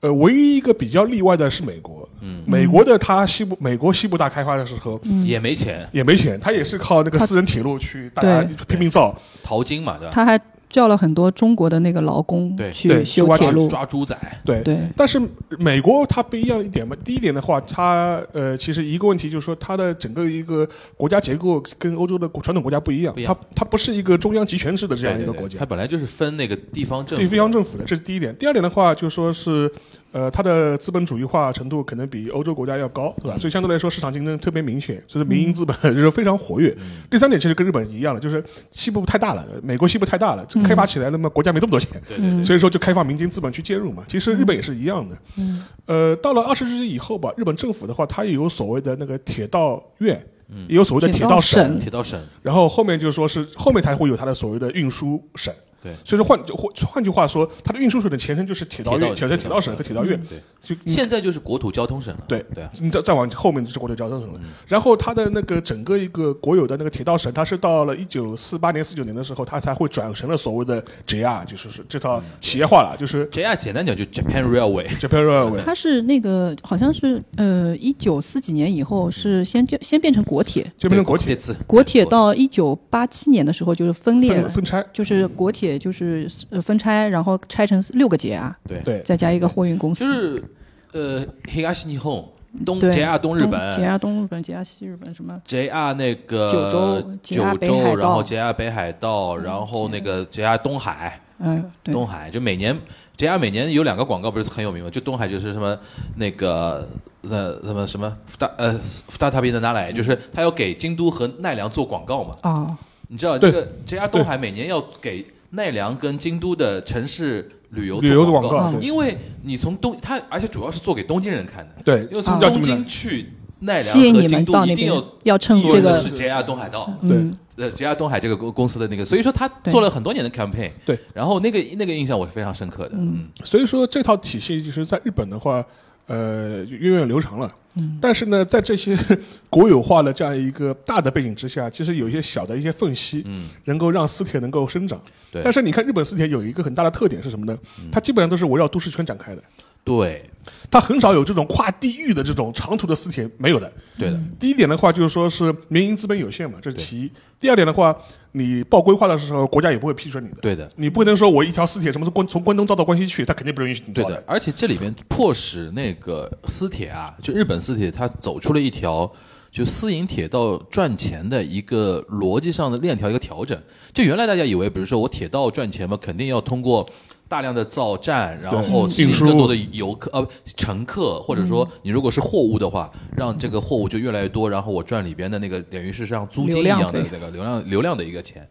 Speaker 4: 呃，唯一一个比较例外的是美国。嗯，美国的它西部，美国西部大开发的时候
Speaker 6: 嗯
Speaker 5: 也没钱，
Speaker 4: 也没钱，它也是靠那个
Speaker 6: 它
Speaker 4: 私人铁路去大家
Speaker 6: 对
Speaker 4: 拼命造。
Speaker 5: 淘金嘛，对吧？
Speaker 6: 他还叫了很多中国的那个劳工
Speaker 5: 对
Speaker 6: 去
Speaker 4: 对
Speaker 6: 修
Speaker 4: 去挖
Speaker 6: 铁
Speaker 4: 掘
Speaker 6: 路，
Speaker 5: 抓猪仔，
Speaker 4: 对，
Speaker 6: 对
Speaker 4: 但是美国它不一样一点嘛，第一点的话，它呃，其实一个问题就是说，它的整个一个国家结构跟欧洲的传统国家不一样，
Speaker 5: 不一样
Speaker 4: 它它不是一个中央集权制的这
Speaker 5: 对
Speaker 4: 样一
Speaker 5: 对
Speaker 4: 个
Speaker 5: 对
Speaker 4: 国家
Speaker 5: 它，本来就是分那个地方政
Speaker 4: 对
Speaker 5: 府，
Speaker 4: 中央政府的，这是第一点。第二点的话，就说是呃，它的资本主义化程度可能比欧洲国家要高，
Speaker 5: 嗯
Speaker 4: 对吧？所以相对来说，市场竞争特别明显，就是民营资本就是非常活跃。
Speaker 5: 嗯
Speaker 4: 第三点其实跟日本一样了，就是西部太大了，美国西部太大了，开发起来了嘛，国家没这么多钱，
Speaker 5: 嗯对对对，
Speaker 4: 所以说就开放民间资本去介入嘛。其实日本也是一样的。嗯，呃，到了二十世纪以后吧，日本政府的话，它也有所谓的那个铁道院，
Speaker 5: 嗯
Speaker 4: 也有所谓的
Speaker 6: 铁
Speaker 4: 铁
Speaker 6: 道
Speaker 4: 道
Speaker 6: 省
Speaker 5: 铁道省
Speaker 4: 然后后面就说是后面才会有它的所谓的运输省。
Speaker 5: 对
Speaker 4: 所以说换就换换句话说，它的运输省的前身就是铁道
Speaker 5: 铁道
Speaker 4: 院、铁道
Speaker 5: 铁
Speaker 4: 铁
Speaker 5: 道
Speaker 4: 道省和铁道院。
Speaker 5: 对，
Speaker 6: 嗯
Speaker 4: 就你
Speaker 5: 现在就是国土交通省了，
Speaker 4: 对
Speaker 5: 对啊，嗯
Speaker 4: 你再再往后面就是国土交通省了。然后它的那个整个一个国有的那个铁道省，它是到了一九四八年、四九年的时候，它才会转成了所谓的 JR，就是是这套企业化了，就是
Speaker 5: 这样简单讲就 Japan Railway，
Speaker 4: Japan Railway。
Speaker 6: 他是那个好像是呃一九四几年以后是先就先变成国铁，
Speaker 4: 这边的国铁
Speaker 5: 字
Speaker 6: 国铁到一九八七年的时候就是分裂
Speaker 4: 分
Speaker 6: 了，
Speaker 4: 分拆，
Speaker 6: 就是国铁就是呃分拆，然后拆成六个节啊，
Speaker 5: 对，
Speaker 4: 对，
Speaker 6: 再加一个货运公司，
Speaker 5: 就是呃黑加西尼红东
Speaker 6: 对
Speaker 5: JR 东日
Speaker 6: 节
Speaker 5: 本
Speaker 6: 啊东日本，节啊西日本什么。
Speaker 5: JR 那个
Speaker 6: 九州
Speaker 5: 九
Speaker 6: JR 北海
Speaker 5: 州，
Speaker 6: 道
Speaker 5: 然后 JR 北海道，然后那个 JR 东海。
Speaker 6: 嗯，对，
Speaker 5: 东海就每年 JR 每年有两个广告不是很有名吗？就东海就是什么那个呃什么什么福大呃福大塔比的拿来，就是他要给京都和奈良做广告嘛。
Speaker 6: 哦，
Speaker 5: 你知道这
Speaker 4: 对
Speaker 5: 个 JR 东海每年要给奈良跟京都的城市旅游做
Speaker 4: 旅游的
Speaker 5: 广
Speaker 4: 广
Speaker 6: 告对
Speaker 5: 因为你从东它而且主要是做给东京人看的，
Speaker 4: 对
Speaker 5: 因为从
Speaker 6: 啊
Speaker 5: 东京去奈良
Speaker 6: 吸引
Speaker 5: 和
Speaker 6: 你
Speaker 5: 京
Speaker 6: 们
Speaker 5: 都
Speaker 6: 到
Speaker 5: 一
Speaker 6: 那
Speaker 5: 定
Speaker 6: 边
Speaker 5: 要，
Speaker 6: 要乘
Speaker 5: 坐
Speaker 6: 这
Speaker 5: 的
Speaker 6: 个，
Speaker 5: 是 JR 东海道，
Speaker 6: 嗯，
Speaker 5: 呃，JR 东海这个公公司的那个，所以说他
Speaker 6: 对
Speaker 5: 做了很多年的 campaign，
Speaker 4: 对，
Speaker 5: 然后那个那个印象我是非常深刻的，嗯，
Speaker 4: 所以说这套体系就是在日本的话，呃，就源远流长了。但是呢，在这些 国有化的这样一个大的背景之下，其实有一些小的一些缝隙，
Speaker 5: 嗯，
Speaker 4: 能够让私铁能够生长。
Speaker 5: 对嗯
Speaker 4: 但是你看日本私铁有一个很大的特点是什么呢？它基本上都是围绕都市圈展开的，
Speaker 5: 对，
Speaker 4: 它很少有这种跨地域的这种长途的私铁没有的。
Speaker 5: 对的，
Speaker 6: 嗯
Speaker 4: 第一点的话，就是说是民营资本有限嘛，这是其一。第二点的话，你报规划的时候，国家也不会批准你的。
Speaker 5: 对的，
Speaker 4: 你不能说我一条私铁什么从关从关东造到关西去，他肯定不允许你
Speaker 5: 对
Speaker 4: 造
Speaker 5: 的。而且这里面迫使那个私铁啊，就日本私铁，它走出了一条就私营铁道赚钱的一个逻辑上的链条一个调整。就原来大家以为，比如说我铁道赚钱嘛，肯定要通过。大量的造站，然
Speaker 4: 对
Speaker 5: 后吸引
Speaker 4: 运输
Speaker 5: 更多的游客呃乘客，或者说你如果是货物的话，让这个货物就越来越多，然后我赚里边的那个等于是像租金一样的
Speaker 6: 流量费
Speaker 5: 那个流量流嗯量的一个钱。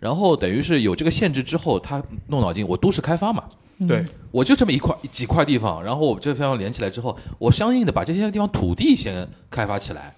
Speaker 5: 然后等于是有这个限制之后，他动脑筋，我都市开发嘛，
Speaker 4: 对，
Speaker 5: 我就这么一块几块地方，然后我这地方连起来之后，我相应的把这些地方土地先开发起来。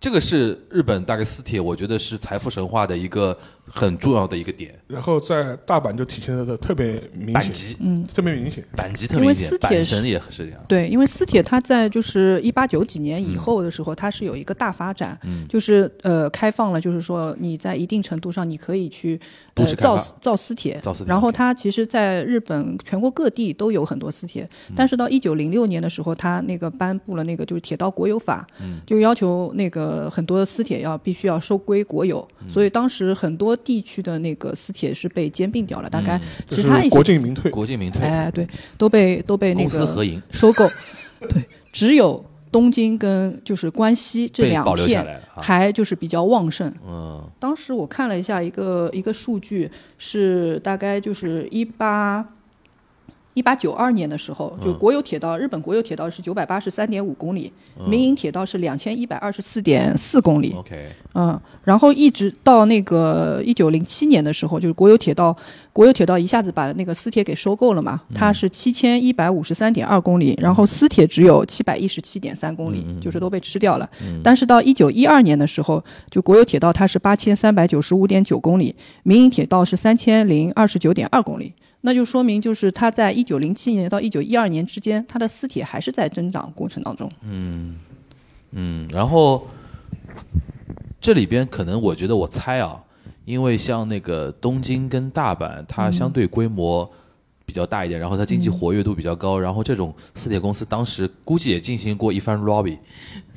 Speaker 5: 这个是日本大概私铁，我觉得是财富神话的一个很重要的一个点，
Speaker 4: 然后在大阪就体现的特别明
Speaker 5: 板嗯
Speaker 4: 显，
Speaker 5: 级，
Speaker 4: 特别明显。
Speaker 5: 板级特别明显
Speaker 6: 嗯因为私，铁
Speaker 5: 板
Speaker 6: 是
Speaker 5: 神也是这样。
Speaker 6: 对，因为私铁它在就是一八九几年
Speaker 5: 嗯
Speaker 6: 以后的时候，它是有一个大发展，就是呃开放了，就是说你在一定程度上你可以去
Speaker 5: 都
Speaker 6: 呃
Speaker 5: 市开
Speaker 6: 造
Speaker 5: 发
Speaker 6: 私造私铁
Speaker 5: 造私，铁
Speaker 6: 然后它其实在日本全国各地都有很多私铁，
Speaker 5: 嗯
Speaker 6: 但是到一九零六年的时候，它那个颁布了那个就是铁道国有法，
Speaker 5: 嗯
Speaker 6: 就要求那个很多私铁要必须要收归国有，
Speaker 5: 嗯
Speaker 6: 所以当时很多地区的那个私铁是被兼并掉了，大
Speaker 5: 嗯
Speaker 6: 概
Speaker 4: 就
Speaker 6: 其他
Speaker 4: 是
Speaker 6: 一
Speaker 4: 国
Speaker 6: 些
Speaker 4: 进民退，
Speaker 5: 国进民退，
Speaker 6: 哎对都被都被那
Speaker 5: 公
Speaker 6: 个
Speaker 5: 私合营
Speaker 6: 收购， 对，只有东京跟就是关西这
Speaker 5: 被
Speaker 6: 两
Speaker 5: 保留下
Speaker 6: 片
Speaker 5: 来了啊。
Speaker 6: 还就是比较旺盛。
Speaker 5: 嗯，
Speaker 6: 当时我看了一下一个一个数据，是大概就是一八一八九二年的时
Speaker 5: 嗯
Speaker 6: 候，就国有铁道，日本国有铁道是九百八十三点五公里，
Speaker 5: 嗯
Speaker 6: 民营铁道是两千一百二十四点四公里。
Speaker 5: OK，
Speaker 6: 嗯，然后一直到那个一九零七年的时候，就是国有铁道，国有铁道一下子把那个私铁给收购了嘛，
Speaker 5: 嗯
Speaker 6: 它是七千一百五十三点二公里，然后私铁只有七百一十七点三公
Speaker 5: 嗯
Speaker 6: 里，就是都被吃掉了。但是到一九一二年的时候，就国有铁道它是八千三百九十五点九公里，民营铁道是三千零二十九点二公里。那就说明，就是它在一九零七年到一九一二年之间，它的私铁还是在增长过程当中。
Speaker 5: 嗯，然后这里边可能我觉得我猜啊，因为像那个东京跟大阪，
Speaker 6: 嗯
Speaker 5: 它相对规模比较大一点，然后它经济活跃度比较高，然后这种私铁公司当时估计也进行过一番 lobby，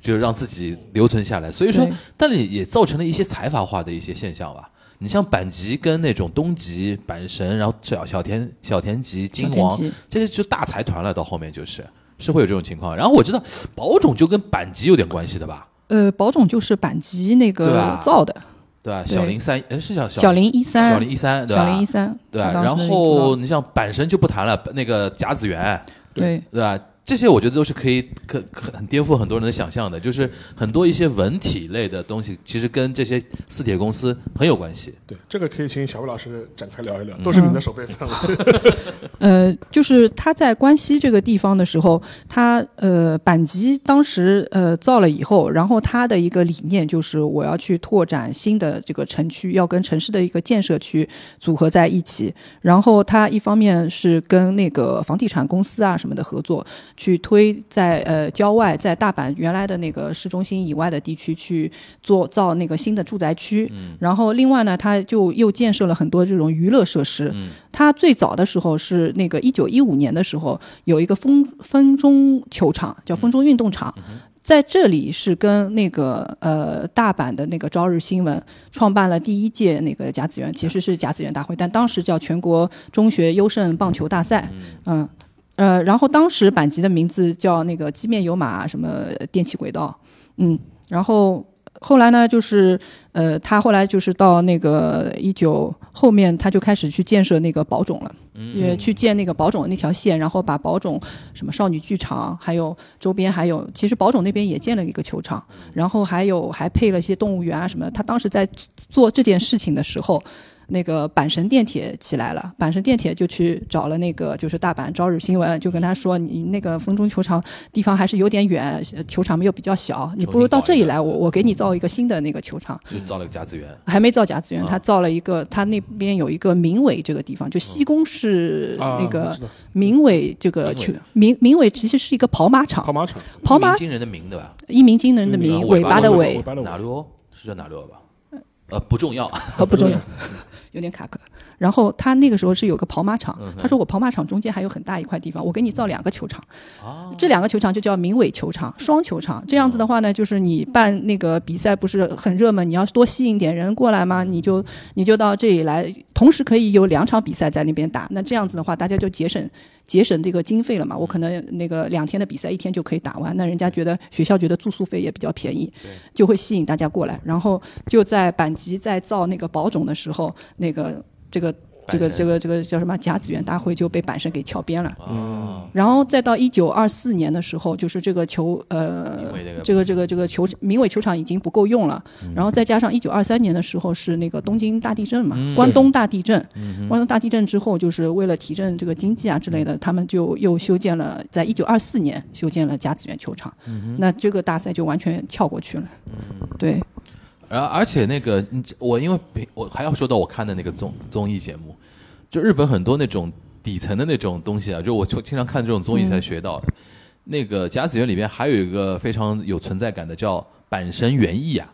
Speaker 5: 就让自己留存下来。所以说
Speaker 6: 对，
Speaker 5: 但也也造成了一些财阀化的一些现象吧。你像阪急跟那种东急、阪神，然后小小田小田急、金王
Speaker 6: 小田急
Speaker 5: 这些就大财团了，到后面就是是会有这种情况。然后我知道宝冢就跟阪急有点关系的吧，
Speaker 6: 呃，宝冢就是阪急那
Speaker 5: 对啊
Speaker 6: 个
Speaker 5: 吧
Speaker 6: 造的，
Speaker 5: 对吧？
Speaker 6: 对
Speaker 5: 小林三，哎，是叫
Speaker 6: 小林一三，
Speaker 5: 小林一三，对吧？
Speaker 6: 小林一三，
Speaker 5: 对吧，
Speaker 6: 他当时
Speaker 5: 然
Speaker 6: 也
Speaker 5: 后
Speaker 6: 知道
Speaker 5: 你像阪神就不谈了，那个甲子园，
Speaker 6: 对
Speaker 5: 对吧？这些我觉得都是可以可可很颠覆很多人的想象的，就是很多一些文体类的东西，其实跟这些私铁公司很有关系。
Speaker 4: 对，这个可以请小魏老师展开聊一聊，都是你的手背范围。
Speaker 6: 呃，就是他在关西这个地方的时候，他呃阪急当时呃造了以后，然后他的一个理念就是我要去拓展新的这个城区，要跟城市的一个建设区组合在一起。然后他一方面是跟那个房地产公司啊什么的合作，去推在呃郊外，在大阪原来的那个市中心以外的地区去做造那个新的住宅区。然后另外呢，他就又建设了很多这种娱乐设施。它最早的时候是那个一九一五年的时候，有一个风风中球场，叫风中运动场，在这里是跟那个呃大阪的那个朝日新闻创办了第一届那个甲子园，其实是甲子园大会，但当时叫全国中学优胜棒球大赛，嗯。呃，然后当时阪急的名字叫那个机面有马什么电气轨道，嗯，然后后来呢，就是呃，他后来就是到那个一九后面，他就开始去建设那个宝冢了，也去建那个宝冢那条线，然后把宝冢什么少女剧场，还有周边还有，其实宝冢那边也建了一个球场，然后还有还配了一些动物园啊什么的。他当时在做这件事情的时候。那个阪神电铁起来了，阪神电铁就去找了那个就是大阪朝日新闻，就跟他说你那个风中球场地方还是有点远，球场又比较小，你不如到这里来，我我给你造一个新的那个球场。
Speaker 5: 就造了个甲子园，
Speaker 6: 还没造甲子园，
Speaker 5: 啊
Speaker 6: 他造了一个，他那边有一个明尾这个地方，就西宫市
Speaker 4: 啊
Speaker 6: 那
Speaker 4: 我
Speaker 6: 个
Speaker 4: 知道
Speaker 6: 啊明尾这个
Speaker 5: 明尾
Speaker 6: 球明明尾其实是一个跑马
Speaker 4: 跑
Speaker 6: 场，
Speaker 4: 马场，
Speaker 6: 跑马
Speaker 5: 鸣惊人的鸣，对吧？
Speaker 6: 一鸣惊人的鸣，
Speaker 5: 尾
Speaker 6: 尾
Speaker 5: 巴
Speaker 6: 巴的
Speaker 5: 的
Speaker 4: 尾巴的尾
Speaker 5: 哪路是叫哪路吧？呃，不重要，
Speaker 6: 哦不重要，有点卡壳。然后他那个时候是有个跑马场，他说我跑马场中间还有很大一块地方，我给你造两个球场，这两个球场就叫明尾球场、双球场。这样子的话呢，就是你办那个比赛不是很热门，你要多吸引点人过来嘛，你就你就到这里来，同时可以有两场比赛在那边打。那这样子的话，大家就节省节省这个经费了嘛。我可能那个两天的比赛一天就可以打完，那人家觉得学校觉得住宿费也比较便宜，就会吸引大家过来。然后就在阪急在造那个宝冢的时候，那个这个这个
Speaker 5: 阪神
Speaker 6: 这个这个叫什么甲子园大会就被阪神给翘编了。
Speaker 5: 哦，
Speaker 6: 然后再到一九二四年的时候，就是这个球呃
Speaker 5: 因为这个嗯
Speaker 6: 这个这个这个球民委球场已经不够用了，然后再加上一九二三年的时候是那个东京大地震嘛，
Speaker 5: 嗯
Speaker 6: 关东大地震，关东大地震之后，就是为了提振这个经济啊之类
Speaker 5: 嗯
Speaker 6: 的，他们就又修建了，在一九二四年修建了甲子园球场，
Speaker 5: 嗯
Speaker 6: 那这个大赛就完全翘过去了，对，
Speaker 5: 然后而且那个你我因为别我还要说到我看的那个综综艺节目，就日本很多那种底层的那种东西啊，就我就经常看这种综艺才学到的。那个甲子园里边还有一个非常有存在感的叫阪神园艺啊，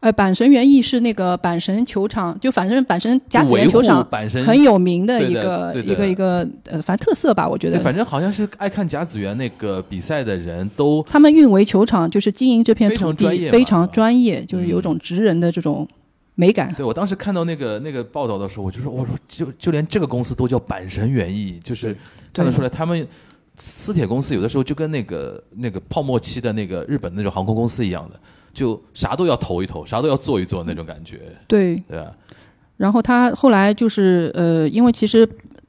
Speaker 6: 呃，阪神园艺是那个阪神球场，就反正阪神甲子园球
Speaker 5: 维
Speaker 6: 场
Speaker 5: 护阪神
Speaker 6: 很有名的
Speaker 5: 对
Speaker 6: 一
Speaker 5: 的
Speaker 6: 个
Speaker 5: 对的
Speaker 6: 一个一个呃，反正特色吧，我觉
Speaker 5: 对，
Speaker 6: 得。
Speaker 5: 反正好像是爱看甲子园那个比赛的人都
Speaker 6: 他们运维球场就是经营这片
Speaker 5: 非常
Speaker 6: 土地
Speaker 5: 专业嘛
Speaker 6: 非常专业，就是有种职人的这种美感。
Speaker 5: 对我当时看到那个那个报道的时候，我就说，我说就就连这个公司都叫阪神园艺，就是看得出来他们私铁公司有的时候就跟那个那个泡沫期的那个日本那种航空公司一样的，就啥都要投一投，啥都要做一做那种感觉，
Speaker 6: 对，
Speaker 5: 对吧？
Speaker 6: 然后他后来就是呃，因为其实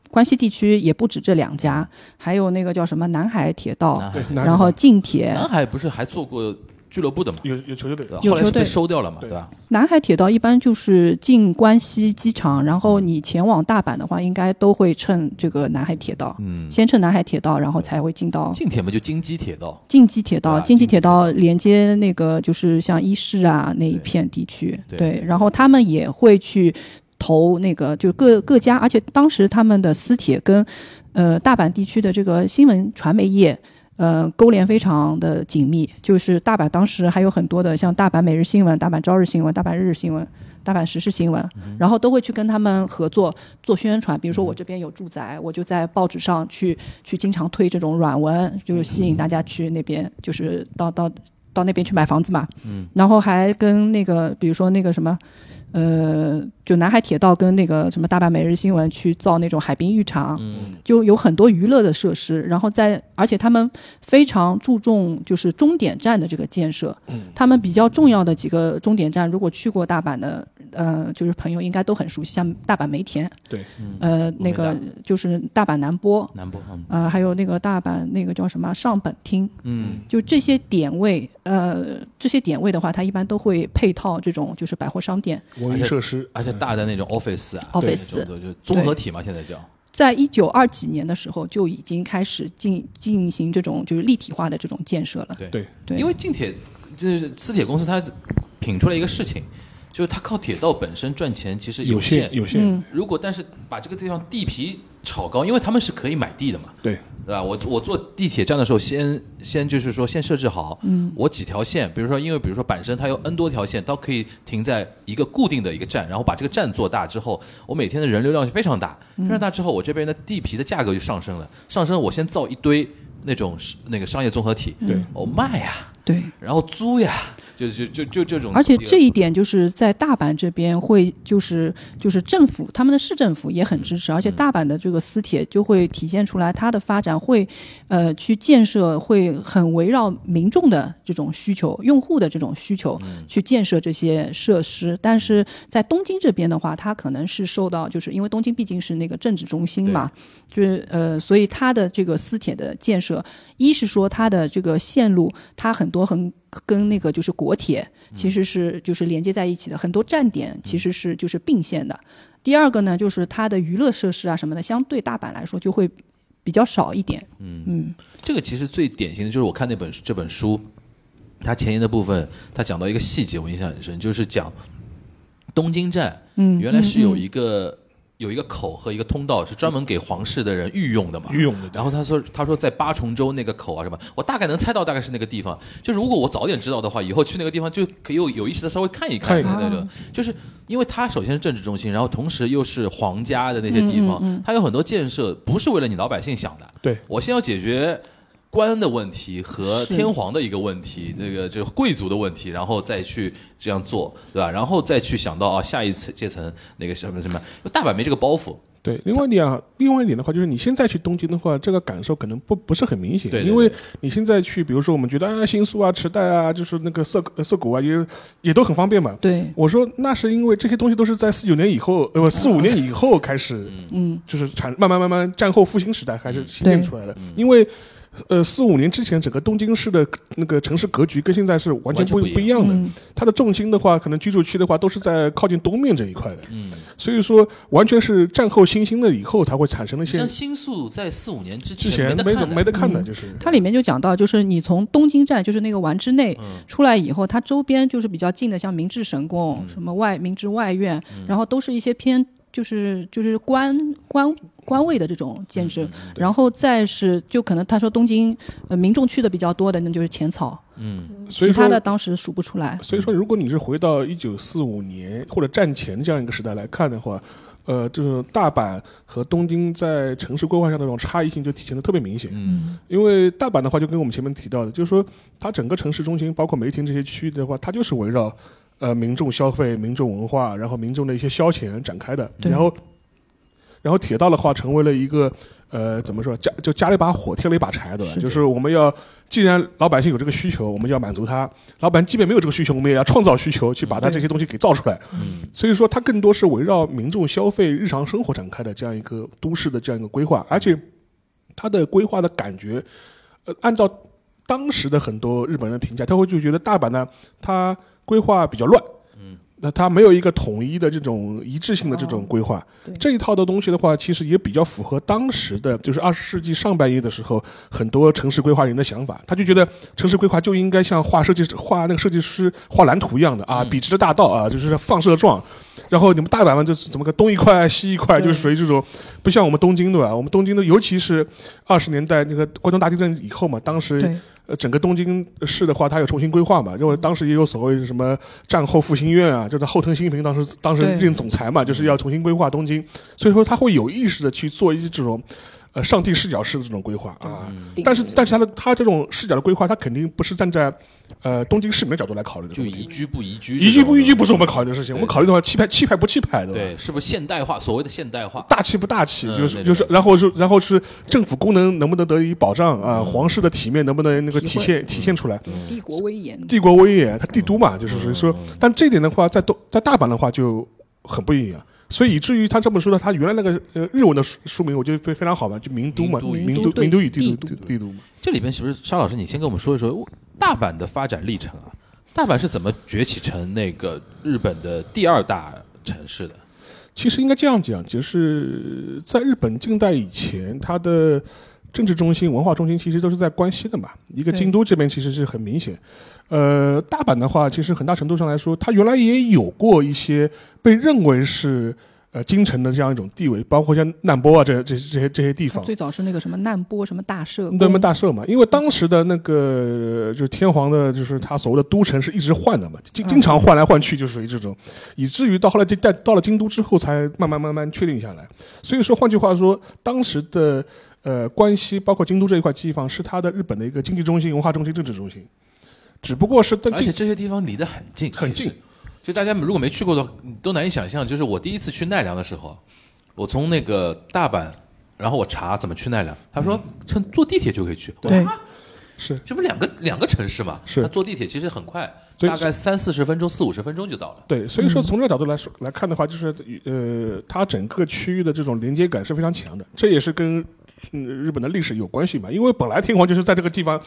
Speaker 6: 关西地区也不止这两家，还有那个叫什么南海铁道，
Speaker 5: 南海
Speaker 4: 对，南
Speaker 6: 然后近铁。
Speaker 5: 南海不是还做过俱乐部的嘛？
Speaker 4: 有有球队
Speaker 5: 对吧
Speaker 6: 有
Speaker 5: 后来是
Speaker 6: 球队
Speaker 5: 被收掉了嘛，
Speaker 4: 对
Speaker 5: 对啊吧？
Speaker 6: 南海铁道一般就是进关西机场，然后你前往大阪的话，应该都会乘这个南海铁道，
Speaker 5: 嗯，
Speaker 6: 先乘南海铁道，然后才会进到
Speaker 5: 近铁嘛就京畿铁道，
Speaker 6: 近畿铁
Speaker 5: 对
Speaker 6: 道，
Speaker 5: 啊
Speaker 6: 近
Speaker 5: 近
Speaker 6: 畿
Speaker 5: 畿
Speaker 6: 铁道连接那个就是像伊势啊那一片地区，
Speaker 5: 对
Speaker 6: 然后他们也会去投那个，就是各各家，而且当时他们的私铁跟呃大阪地区的这个新闻传媒业。呃，勾连非常的紧密，就是大阪当时还有很多的，像大阪每日新闻、大阪朝日新闻、大阪日日新闻、大阪时事新闻，
Speaker 5: 嗯
Speaker 6: 然后都会去跟他们合作做宣传。比如说我这边有住宅，我就在报纸上去去经常推这种软文，就是吸引大家去那边，就是到到到那边去买房子嘛。嗯，然后还跟那个，比如说那个什么。呃，就南海铁道跟那个什么大阪每日新闻去造那种海滨浴场，就有很多娱乐的设施，然后在而且他们非常注重就是终点站的这个建设，他们比较重要的几个终点站，如果去过大阪的，呃，就是朋友应该都很熟悉，像大阪梅田，
Speaker 4: 对，
Speaker 6: 呃，那个就是大阪南波，
Speaker 5: 南部，嗯
Speaker 6: 呃，还有那个大阪那个叫什么上本町，
Speaker 5: 嗯，
Speaker 6: 就这些点位，呃，这些点位的话，它一般都会配套这种就是百货商店。
Speaker 4: 文娱设施，
Speaker 5: 而且啊大的那种 office 啊
Speaker 6: 哦 office
Speaker 5: 那种就综合体嘛，现在叫，
Speaker 6: 在一九二几年的时候就已经开始进进行这种就是立体化的这种建设了。
Speaker 5: 对
Speaker 4: 对
Speaker 6: 对，
Speaker 5: 因为近铁就是私铁公司，它品出来一个事情，就是它靠铁道本身赚钱其实
Speaker 4: 有
Speaker 5: 限
Speaker 4: 限。有
Speaker 6: 嗯
Speaker 4: 限，
Speaker 5: 如果但是把这个地方地皮炒高，因为他们是可以买地的嘛，
Speaker 4: 对，
Speaker 5: 对吧？我我坐地铁站的时候先，先就是说先设置好，我几条线，比如说因为比如说阪神它有 N 多条线，都可以停在一个固定的一个站，然后把这个站做大之后，我每天的人流量是非常大，非常大之后，我这边的地皮的价格就上升了，上升我先造一堆那种那个商业综合体，
Speaker 4: 对，
Speaker 5: 我卖啊呀、
Speaker 6: 对。
Speaker 5: 然后租呀，就就就就这种。
Speaker 6: 而且这一点就是在大阪这边会就是就是政府他们的市政府也很支持，而且大阪的这个私铁就会体现出来它的发展会，呃，去建设会很围绕民众的这种需求、用户的这种需求去建设这些设施。但是在东京这边的话，它可能是受到就是因为东京毕竟是那个政治中心嘛，就是呃，所以它的这个私铁的建设，一是说它的这个线路，它很多很跟那个就是国铁其实是就是连接在一起的，很多站点其实是就是并线的。第二个呢，就是它的娱乐设施啊什么的，相对大阪来说就会比较少一点。
Speaker 5: 这个其实最典型的就是我看那本这本书，它前言的部分，它讲到一个细节，我印象很深，就是讲东京站，嗯，原来是有一个、有一个口和一个通道，是专门给皇室的人御用的嘛，
Speaker 4: 御用的对
Speaker 5: 然后他说，他说在八重洲那个口啊什么，我大概能猜到大概是那个地方。就是如果我早点知道的话，以后去那个地方就可以有有意识的稍微看一
Speaker 4: 看
Speaker 5: 看啊
Speaker 4: 一
Speaker 5: 的
Speaker 4: 看
Speaker 5: 那种。就是因为它首先是政治中心，然后同时又是皇家的那些地方，它有很多建设不是为了你老百姓想的，
Speaker 4: 对，
Speaker 5: 我先要解决官的问题和天皇的一个问题，那个就是贵族的问题，然后再去这样做，对吧？然后再去想到啊，下一层阶层那个什么什么，大阪没这个包袱。
Speaker 4: 对，另外一点啊，另外一点的话，就是你现在去东京的话，这个感受可能不不是很明显，
Speaker 5: 对对
Speaker 4: 因为你现在去，比如说我们觉得啊，新宿啊、池袋啊，就是那个涩呃涩谷啊，也也都很方便嘛。
Speaker 6: 对，
Speaker 4: 我说那是因为这些东西都是在四九年以后，呃，不四五年以后开始，
Speaker 6: 嗯，
Speaker 4: 就是产慢慢慢慢战后复兴时代开
Speaker 5: 嗯
Speaker 4: 始兴建
Speaker 6: 对
Speaker 4: 出来的，因为。呃，四五年之前，整个东京市的那个城市格局跟现在是完全
Speaker 5: 完全
Speaker 4: 不
Speaker 5: 不一样
Speaker 4: 不一样的。
Speaker 6: 嗯，
Speaker 4: 它的重心的话，可能居住区的话，都是在靠近东面这一块的。
Speaker 5: 嗯，
Speaker 4: 所以说完全是战后新兴的以后才会产生的一些
Speaker 5: 像新宿在四五年之
Speaker 4: 之前
Speaker 5: 没
Speaker 4: 没
Speaker 5: 得看的
Speaker 4: 没得看的，
Speaker 6: 嗯
Speaker 4: 就是
Speaker 6: 它里面就讲到，就是你从东京站，就是那个丸之内出来以后，它周边就是比较近的，像明治神宫、什么外明治外院，然后都是一些偏就是就是官官官位的这种建制，然后再是就可能他说东京呃民众去的比较多的，那就是浅草，
Speaker 4: 所以
Speaker 6: 其
Speaker 4: 说
Speaker 6: 他的当时数不出来。
Speaker 4: 所以说，如果你是回到一九四五年或者战前这样一个时代来看的话，呃，就是大阪和东京在城市规划上的那种差异性就体现的特别明显。
Speaker 5: 嗯，
Speaker 4: 因为大阪的话，就跟我们前面提到的，就是说它整个城市中心，包括梅田这些区域的话，它就是围绕呃民众消费、民众文化，然后民众的一些消遣展开的。
Speaker 6: 对
Speaker 4: 然后，然后铁道的话，成为了一个呃怎么说，加就加了一把火，添了一把柴，对吧？
Speaker 6: 是的
Speaker 4: 就是我们要，既然老百姓有这个需求，我们要满足他；老板即便没有这个需求，我们也要创造需求，去把他这些东西给造出来。所以说，它更多是围绕民众消费、日常生活展开的这样一个都市的这样一个规划，而且它的规划的感觉，呃，按照当时的很多日本人的评价，他会就觉得大阪呢，它规划比较乱，嗯，那它没有一个统一的这种一致性的这种规划，
Speaker 6: 哦对
Speaker 4: 这一套的东西的话，其实也比较符合当时的，就是二十世纪上半叶的时候，很多城市规划人的想法，他就觉得城市规划就应该像画设计画那个设计师画蓝图一样的
Speaker 6: 嗯
Speaker 4: 啊，笔直的大道啊，就是放射状。然后你们大阪嘛，就是怎么个东一块西一块，
Speaker 6: 对
Speaker 4: 就是属于这种，不像我们东京对吧？我们东京的，尤其是二十年代那个关东大地震以后嘛，当时
Speaker 6: 对，
Speaker 4: 呃，整个东京市的话，它有重新规划嘛，因为当时也有所谓什么战后复兴院啊，就是后藤新平当时当时
Speaker 6: 对
Speaker 4: 任总裁嘛，就是要重新规划东京，所以说他会有意识的去做一些这种。呃，上帝视角式的这种规划啊，
Speaker 5: 嗯
Speaker 4: 但是但是他的他这种视角的规划，他肯定不是站在呃东京市民的角度来考虑的
Speaker 5: 就
Speaker 4: 问题，
Speaker 5: 宜居不宜居，
Speaker 4: 宜居不宜居不是我们考虑的事情，
Speaker 5: 对
Speaker 4: 我们考虑的话气派气派不气派的，吧？
Speaker 5: 对，是不是现代化？所谓的现代化，
Speaker 4: 大气不大气，
Speaker 5: 嗯
Speaker 4: 就
Speaker 5: 那
Speaker 4: 是
Speaker 5: 种
Speaker 4: 就是，然后是然后是政府功能能不能得以保障啊，皇室的体面能不能那个体
Speaker 6: 体会
Speaker 4: 现体现出来？
Speaker 6: 帝国威严，
Speaker 4: 帝国威严，它帝都嘛，就是属于说，但这点的话，在东在大阪的话就很不一样，所以以至于他这本书呢，他原来那个呃日文的书书名，我觉得非非常好嘛，就名都嘛，
Speaker 5: 名
Speaker 6: 都
Speaker 4: 名都
Speaker 6: 对
Speaker 4: 名都与帝
Speaker 6: 帝
Speaker 4: 都
Speaker 6: 都
Speaker 4: 帝都嘛。
Speaker 5: 这里边是不是沙老师？你先跟我们说一说大阪的发展历程啊？大阪是怎么崛起成那个日本的第二大城市的？
Speaker 4: 其实应该这样讲，就是在日本近代以前，它的政治中心、文化中心其实都是在关西的嘛。一个
Speaker 6: 对
Speaker 4: 京都这边其实是很明显。呃，大阪的话，其实很大程度上来说，它原来也有过一些被认为是呃京城的这样一种地位，包括像难波啊这这这些这些地
Speaker 6: 它
Speaker 4: 方。
Speaker 6: 最早是那个什么难波什么大社，
Speaker 4: 那么，大社嘛，因为当时的那个就是天皇的，就是他所谓的都城是一直换的嘛，经
Speaker 6: 嗯
Speaker 4: 经常换来换去，就属于这种，以至于到后来这代到了京都之后，才慢慢慢慢确定下来。所以说，换句话说，当时的呃关西，包括京都这一块地方，是它的日本的一个经济中心、文化中心、政治中心，只不过是在
Speaker 5: 而且
Speaker 4: 近
Speaker 5: 这些地方离得很近，
Speaker 4: 很
Speaker 5: 其
Speaker 4: 近
Speaker 5: 实。就大家如果没去过的，都难以想象。就是我第一次去奈良的时候，我从那个大阪，然后我查怎么去奈良，他说乘坐地铁就可以去。我说
Speaker 6: 对
Speaker 5: 啊
Speaker 4: 嗯是，
Speaker 5: 这不两个两个城市嘛？
Speaker 4: 是
Speaker 5: 他坐地铁其实很快，
Speaker 4: 所以
Speaker 5: 大概三四十分钟、四五十分钟就到了。
Speaker 4: 对，所以说
Speaker 6: 嗯
Speaker 4: 从这个角度来说、来看的话，就是呃，它整个区域的这种连接感是非常强的，这也是跟。嗯，日本的历史有关系嘛？因为本来天皇就是在这个地方，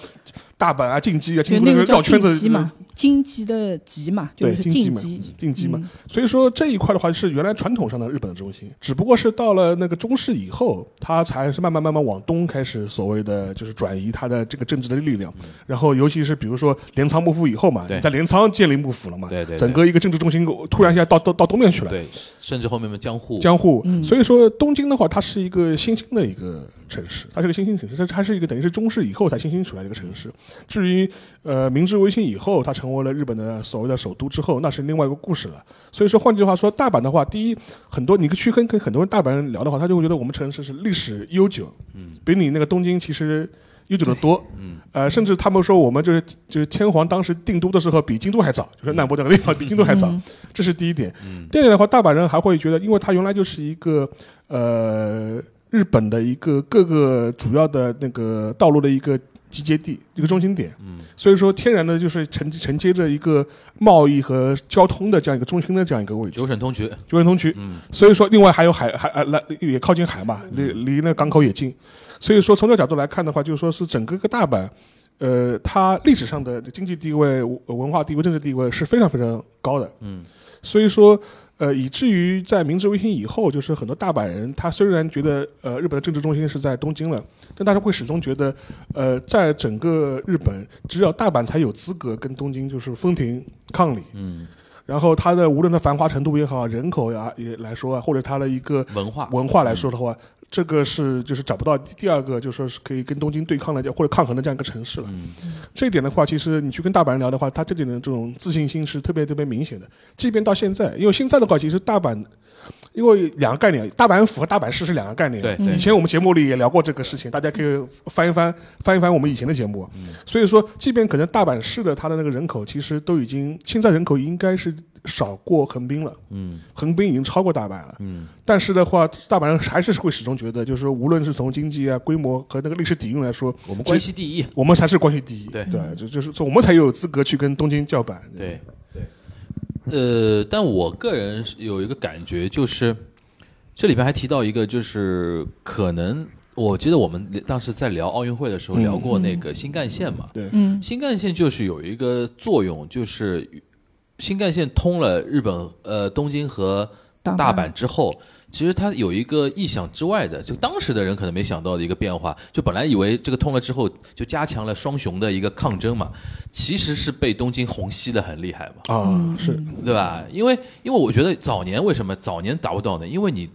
Speaker 4: 大阪啊、近畿啊，
Speaker 6: 就
Speaker 4: 京都
Speaker 6: 那个
Speaker 4: 绕
Speaker 6: 叫
Speaker 4: 圈子嗯
Speaker 6: 京畿嘛，京畿的畿嘛，就
Speaker 4: 对
Speaker 6: 是
Speaker 4: 京畿
Speaker 6: 晋
Speaker 4: 嘛
Speaker 6: 级，嗯
Speaker 4: 近畿嘛。所以说这一块的话是原来传统上的日本的中心，只不过是到了那个中世以后，它才是慢慢慢慢往东开始所谓的就是转移它的这个政治的力量。然后尤其是比如说镰仓幕府以后嘛，
Speaker 5: 对
Speaker 4: 你在镰仓建立幕府了嘛，
Speaker 5: 对对对
Speaker 4: 整个一个政治中心突然一下到到到东面去了。
Speaker 5: 对，甚至后面的江户，
Speaker 4: 江户，
Speaker 6: 嗯
Speaker 4: 所以说东京的话，它是一个新兴的一个城市，它是个新兴城市，它它是一个等于是中世以后才新兴出来的一个城市。至于呃明治维新以后，它成为了日本的所谓的首都之后，那是另外一个故事了。所以说，换句话说，大阪的话，第一，很多你去跟跟很多大阪人聊的话，他就会觉得我们城市是历史悠久，嗯，比你那个东京其实悠久的多。
Speaker 5: 嗯，
Speaker 4: 呃，甚至他们说我们就是就是天皇当时定都的时候比京都还早，就是难波那个地方比京都还早，
Speaker 6: 嗯
Speaker 4: 这是第一点。
Speaker 5: 嗯
Speaker 4: 第二点的话，大阪人还会觉得，因为它原来就是一个呃日本的一个各个主要的那个道路的一个集结地，一个中心点，
Speaker 5: 嗯
Speaker 4: 所以说天然的就是承承接着一个贸易和交通的这样一个中心的这样一个位置，
Speaker 5: 九省通衢，
Speaker 4: 九省通衢。
Speaker 5: 嗯
Speaker 4: 所以说，另外还有海海呃，来也靠近海嘛，离离那个港口也近，所以说从这个角度来看的话，就是说是整个个大阪，呃，它历史上的经济地位、文文化地位、政治地位是非常非常高的。
Speaker 5: 嗯
Speaker 4: 所以说，呃，以至于在明治维新以后，就是很多大阪人，他虽然觉得呃日本的政治中心是在东京了，但大家会始终觉得，呃，在整个日本，只有大阪才有资格跟东京就是分庭抗礼。
Speaker 5: 嗯，
Speaker 4: 然后它的无论它繁华程度也好，人口呀也来说啊，或者它的一个
Speaker 5: 文化
Speaker 4: 文化来说的话，这个是就是找不到第二个，就说是可以跟东京对抗的或者抗衡的这样一个城市了。
Speaker 5: 嗯
Speaker 4: 这一点的话，其实你去跟大阪人聊的话，他这点的这种自信心是特别特别明显的。即便到现在，因为现在的话，其实大阪，因为两个概念，大阪府和大阪市是两个概念。
Speaker 5: 对
Speaker 6: 嗯
Speaker 5: 对
Speaker 4: 以前我们节目里也聊过这个事情，大家可以翻一翻翻一翻我们以前的节目。
Speaker 5: 嗯
Speaker 4: 所以说，即便可能大阪市的它的那个人口，其实都已经现在人口应该是少过横滨了，
Speaker 5: 嗯
Speaker 4: 横滨已经超过大阪了。
Speaker 5: 嗯
Speaker 4: 但是的话，大阪人还是会始终觉得，就是说，无论是从经济啊、规模和那个历史底蕴来说，
Speaker 5: 我们关系第一，
Speaker 4: 我们才是关系第一，
Speaker 5: 对
Speaker 4: 就就是说我们才有资格去跟东京叫板。
Speaker 5: 对对，呃，但我个人是有一个感觉，就是这里边还提到一个，就是可能我记得我们当时在聊奥运会的时候
Speaker 4: 嗯
Speaker 5: 聊过那个新干线嘛，
Speaker 6: 嗯
Speaker 5: 新干线就是有一个作用，就是新干线通了日本呃东京和大阪之后，其实它有一个意想之外的，就当时的人可能没想到的一个变化。就本来以为这个通了之后，就加强了双雄的一个抗争嘛，其实是被东京虹吸的很厉害嘛，
Speaker 4: 啊，是
Speaker 5: 对吧？因为因为我觉得早年为什么早年达不到呢？因为你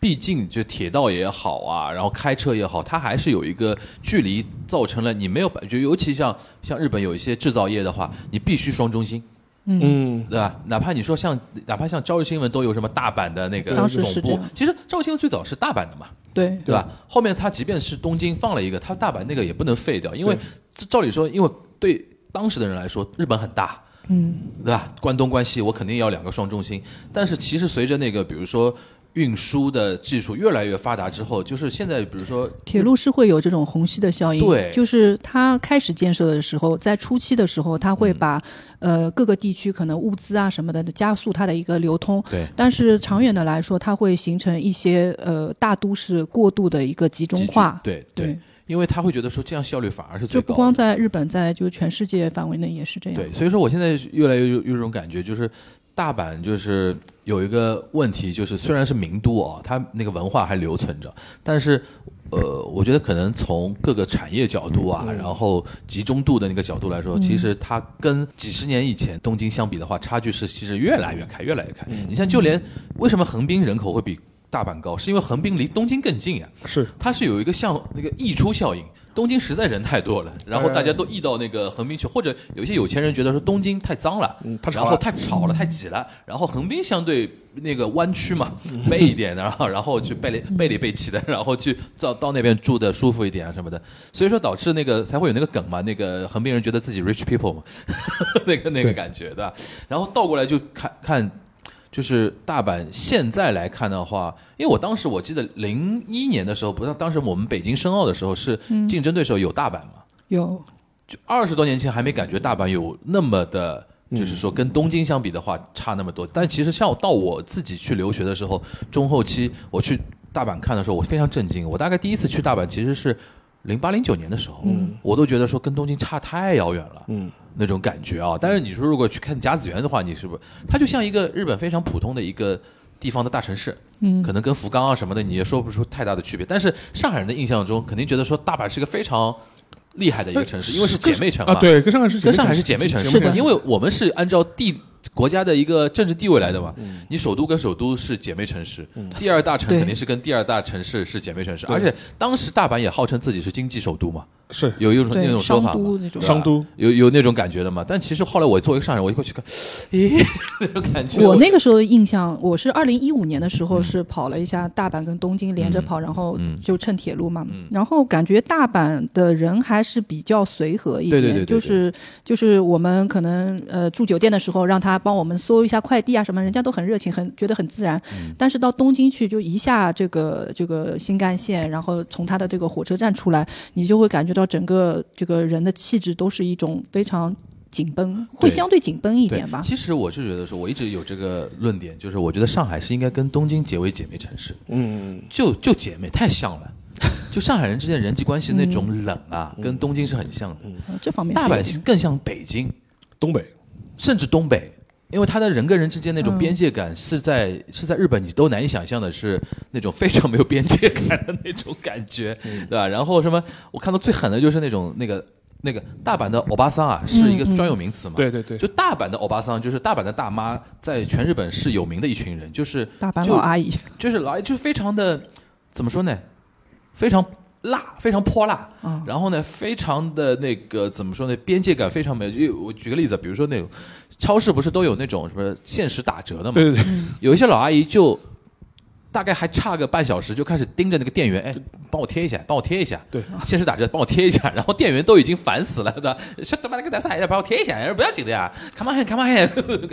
Speaker 5: 毕竟就铁道也好啊，然后开车也好，它还是有一个距离，造成了你没有办，就尤其像像日本有一些制造业的话，你必须双中心。
Speaker 4: 嗯，
Speaker 5: 对吧？哪怕你说像，哪怕像朝日新闻都有什么大阪的那个
Speaker 6: 当时是
Speaker 5: 总
Speaker 6: 这
Speaker 5: 部
Speaker 6: 样，
Speaker 5: 其实朝日新闻最早是大阪的嘛，
Speaker 6: 对
Speaker 5: 对吧？后面他即便是东京放了一个，他大阪那个也不能废掉，因为
Speaker 4: 对
Speaker 5: 这照理说，因为对当时的人来说，日本很大，
Speaker 6: 嗯
Speaker 5: 对吧？关东关西我肯定要两个双中心，但是其实随着那个比如说运输的技术越来越发达之后，就是现在比如说
Speaker 6: 铁路是会有这种虹吸的效应，
Speaker 5: 对
Speaker 6: 就是它开始建设的时候，在初期的时候，它
Speaker 5: 嗯
Speaker 6: 会把、呃各个地区可能物资啊什么的加速它的一个流通，
Speaker 5: 对
Speaker 6: 但是长远的来说，它会形成一些呃大都市过度的一个集中
Speaker 5: 集聚
Speaker 6: 化，
Speaker 5: 对
Speaker 6: 对，
Speaker 5: 因为他会觉得说这样效率反而是最
Speaker 6: 就
Speaker 5: 高的，
Speaker 6: 不光在日本，在就全世界范围内也是这样，
Speaker 5: 对，所以说我现在越来越有有一种感觉，就是大阪就是有一个问题，就是虽然是名都啊、它那个文化还留存着，但是呃，我觉得可能从各个产业角度
Speaker 6: 嗯
Speaker 5: 啊，然后集中度的那个角度来说，其实它跟几十年以前东京相比的话，差距是其实越来越开，越来越开。
Speaker 6: 嗯
Speaker 5: 你像就连为什么横滨人口会比大阪高，是因为横滨离东京更近呀、
Speaker 4: 是
Speaker 5: 它是有一个像那个溢出效应，东京实在人太多了，然后大家都溢到那个横滨去，或者有些有钱人觉得说东京太脏了，
Speaker 4: 嗯太吵
Speaker 5: 然
Speaker 4: 了
Speaker 5: 后太吵了，太挤了，然后横滨相对那个湾区嘛，
Speaker 4: 嗯
Speaker 5: 背一点的，然后然后去背里背里背气的， 然后去到到那边住的舒服一点啊什么的，所以说导致那个才会有那个梗嘛，那个横滨人觉得自己 rich people 嘛， 那个那个感觉对吧？然后倒过来就看看。就是大阪现在来看的话，因为我当时我记得零一年的时候，不是当时我们北京申奥的时候是
Speaker 4: 嗯
Speaker 5: 竞争对手有大阪嘛，
Speaker 6: 有
Speaker 5: 就二十多年前还没感觉大阪有那么的，就是说跟东京相比的话差那么多。但其实像我到我自己去留学的时候，中后期我去大阪看的时候，我非常震惊。我大概第一次去大阪其实是零八零九年的时候，我都觉得说跟东京差太遥远了。
Speaker 4: 嗯
Speaker 5: 那种感觉啊。但是你说如果去看甲子园的话，你是不是它就像一个日本非常普通的一个地方的大城市？
Speaker 6: 嗯
Speaker 5: 可能跟福冈啊什么的你也说不出太大的区别。但是上海人的印象中，肯定觉得说大阪是个非常厉害的一个城市，因为是姐妹城嘛。
Speaker 4: 啊，对，跟上海是
Speaker 5: 跟上海是姐妹城市
Speaker 6: 是的
Speaker 5: 因为我们是按照地国家的一个政治地位来的嘛。你首都跟首都是姐妹城市，第二大城
Speaker 6: 嗯对
Speaker 5: 肯定是跟第二大城市是姐妹城市，而且当时大阪也号称自己是经济首都嘛，
Speaker 4: 是
Speaker 5: 有一种
Speaker 6: 对
Speaker 5: 那种说
Speaker 6: 商
Speaker 5: 法嘛
Speaker 6: 都那
Speaker 5: 对
Speaker 6: 种
Speaker 5: 吧啊
Speaker 4: 商都
Speaker 5: 有有那种感觉的嘛。但其实后来我作为一个上海人，我一过去看，咦，那种感觉。
Speaker 6: 我那个时候的印象，我是二零一五年的时候是跑了一下大阪跟东京连着跑，然后
Speaker 5: 嗯
Speaker 6: 就乘铁路嘛，然后感觉大阪的人还是比较随和一
Speaker 5: 对
Speaker 6: 点，
Speaker 5: 对对对对
Speaker 6: 就是就是我们可能呃住酒店的时候让他帮我们搜一下快递啊什么，人家都很热情，很觉得很自然。
Speaker 5: 嗯
Speaker 6: 但是到东京去就一下这个这个新干线，然后从他的这个火车站出来，你就会感觉到整个这个人的气质都是一种非常。紧绷会
Speaker 5: 对
Speaker 6: 相对紧绷一
Speaker 5: 对
Speaker 6: 点吧，
Speaker 5: 其实我是觉得说，我一直有这个论点，就是我觉得上海是应该跟东京结为姐妹城市，
Speaker 4: 嗯，
Speaker 5: 就就姐妹太像了。就上海人之间人际关系那种冷啊，跟东京是很像的。
Speaker 6: 呃这方面是
Speaker 5: 大
Speaker 6: 有
Speaker 5: 阪
Speaker 6: 点
Speaker 5: 更像北京，
Speaker 4: 东北
Speaker 5: 甚至东北，因为它的人跟人之间那种
Speaker 6: 嗯
Speaker 5: 边界感是在、是在日本你都难以想象的，是那种非常没有边界感的那种感觉，对吧？然后什么，我看到最狠的就是那种那个那个大阪的欧巴桑啊，是一个专有名词嘛，
Speaker 4: 对对对
Speaker 5: 就大阪的欧巴桑，就是大阪的大妈，在全日本是有名的一群人，就是
Speaker 6: 大阪
Speaker 5: 就
Speaker 6: 老阿姨，
Speaker 5: 就是来就是非常的怎么说呢，非常辣，非常泼辣，
Speaker 6: 啊
Speaker 5: 然后呢，非常的那个怎么说呢，边界感非常没有。就我举个例子，比如说那种超市不是都有那种什么限时打折的嘛，
Speaker 4: 对对对，
Speaker 5: 有一些老阿姨就大概还差个半小时就开始盯着那个店员，哎，帮我贴一下，帮我贴一下，
Speaker 4: 对，
Speaker 5: 限时打折，帮我贴一下。然后店员都已经烦死了的，说他妈那个男生还帮我贴一下，哎不要紧的呀，come on，come on，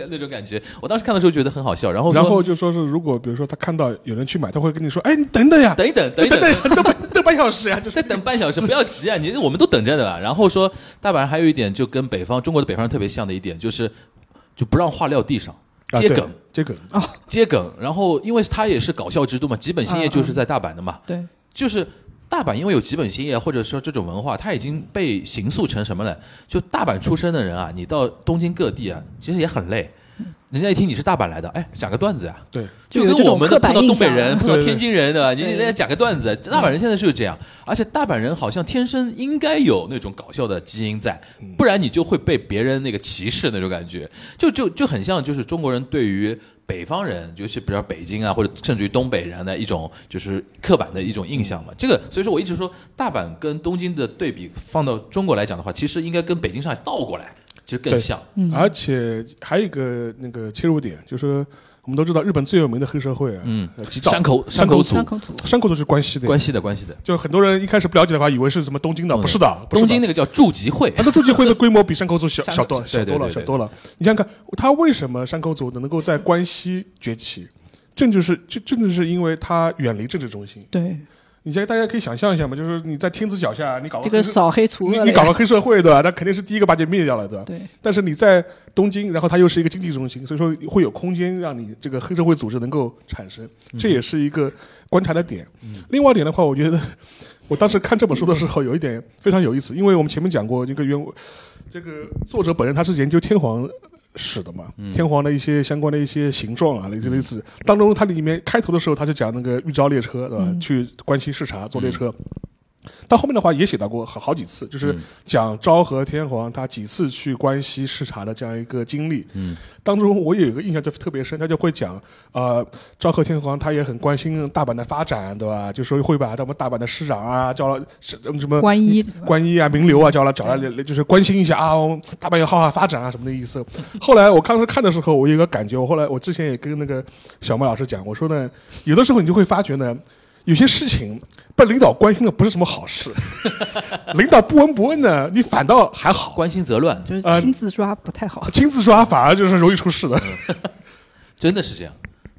Speaker 5: 那种 感觉。我当时看的时候觉得很好笑，然后说
Speaker 4: 然后就说是如果比如说他看到有人去买，他会跟你说，哎，你等等呀，
Speaker 5: 等一等，等一
Speaker 4: 等
Speaker 5: 等。
Speaker 4: 等等半等半小时呀，就是
Speaker 5: 再等半小时，不要急啊！你我们都等着的吧。然后说，大阪人还有一点就跟北方中国的北方人特别像的一点，就是就不让话撂地上，
Speaker 4: 啊
Speaker 5: 接
Speaker 4: 对
Speaker 5: 梗、
Speaker 4: 接梗，
Speaker 5: 接梗。然后因为他也是搞笑之都嘛，吉本兴业
Speaker 6: 嗯
Speaker 5: 就是在大阪的嘛，
Speaker 6: 对，
Speaker 5: 就是大阪因为有吉本兴业或者说这种文化，它已经被形塑成什么了？就大阪出身的人啊，你到东京各地啊，其实也很累。人家一听你是大阪来的，哎，讲个段子呀、
Speaker 4: 对，
Speaker 6: 就有
Speaker 5: 跟
Speaker 6: 这
Speaker 5: 我
Speaker 6: 种
Speaker 5: 们
Speaker 6: 刻
Speaker 5: 的碰
Speaker 6: 板
Speaker 5: 到
Speaker 6: 印
Speaker 5: 东北
Speaker 6: 象。
Speaker 5: 人、碰到
Speaker 4: 对对
Speaker 5: 天津人，对吧？你
Speaker 6: 对
Speaker 5: 你得讲个段子。大阪人现在就是这样，而且大阪人好像天生应该有那种搞笑的基因在，
Speaker 6: 嗯
Speaker 5: 不然你就会被别人那个歧视那种感觉，就就就很像就是中国人对于。北方人，尤其比如北京啊，或者甚至于东北人的一种就是刻板的一种印象嘛。这个，所以说我一直说大阪跟东京的对比，放到中国来讲的话，其实应该跟北京、上海倒过来，其实更
Speaker 4: 对
Speaker 5: 像。
Speaker 4: 而且还有一个那个切入点，就是我们都知道日本最有名的黑社会啊，
Speaker 5: 嗯
Speaker 4: 呃，吉兆
Speaker 5: 山口
Speaker 4: 山
Speaker 5: 口
Speaker 4: 口
Speaker 5: 组
Speaker 6: 山口组
Speaker 4: 山口都是关西的，
Speaker 5: 关系的关系的，
Speaker 4: 就很多人一开始不了解的话，以为是什么东京的，
Speaker 5: 东京
Speaker 4: 不是的，
Speaker 5: 东京
Speaker 4: 的。
Speaker 5: 那个叫住集 会，
Speaker 4: 那个住集会的规模比山口组小
Speaker 5: 山口
Speaker 4: 小多
Speaker 5: 对
Speaker 4: 小
Speaker 5: 对
Speaker 4: 多
Speaker 5: 对
Speaker 4: 了，
Speaker 5: 对
Speaker 4: 小
Speaker 5: 对
Speaker 4: 多了。你想想看，他为什么山口组能够在关西崛起，正就是正正就是因为他远离政治中心。
Speaker 6: 对，
Speaker 4: 你现在大家可以想象一下嘛，就是你在天子脚下，哦你搞
Speaker 6: 这个
Speaker 4: 黑社
Speaker 6: 扫黑除
Speaker 4: 你
Speaker 6: 恶
Speaker 4: 你
Speaker 6: 类
Speaker 4: 搞个黑社会对吧？那肯定是第一个把你灭掉了对吧？
Speaker 6: 对
Speaker 4: 但是你在东京，然后它又是一个经济中心，所以说会有空间让你这个黑社会组织能够产生，
Speaker 5: 嗯
Speaker 4: 这也是一个观察的点。另外一点的话，我觉得我当时看这本书的时候有一点非常有意思，因为我们前面讲过一个原这个作者本人他是研究天皇。史的嘛，天皇的一些相关的一些形状啊，类似类似。当中，它里面开头的时候，他就讲那个玉昭列车，对吧？去关西视察坐列车。到后面的话也写到过好好几次，就是讲昭和天皇他几次去关西视察的这样一个经历。嗯，当中我也有一个印象就特别深，他就会讲，呃，昭和天皇他也很关心大阪的发展，对吧？就说会把他们大阪的市长啊叫了什什么
Speaker 6: 关一，
Speaker 4: 关一啊、名流啊，叫来找来，就是关心一下啊，我们大阪要好好发展啊，什么的意思。后来我当时看的时候，我有一个感觉，我后来我之前也跟那个小麦老师讲，我说呢，有的时候你就会发觉呢，有些事情被领导关心的不是什么好事，领导不闻不问呢，你反倒还好，
Speaker 5: 关心则乱，
Speaker 6: 就是
Speaker 4: 呃
Speaker 6: 亲自抓不太好。
Speaker 4: 亲自抓反而就是容易出事的，
Speaker 5: 真的是这样，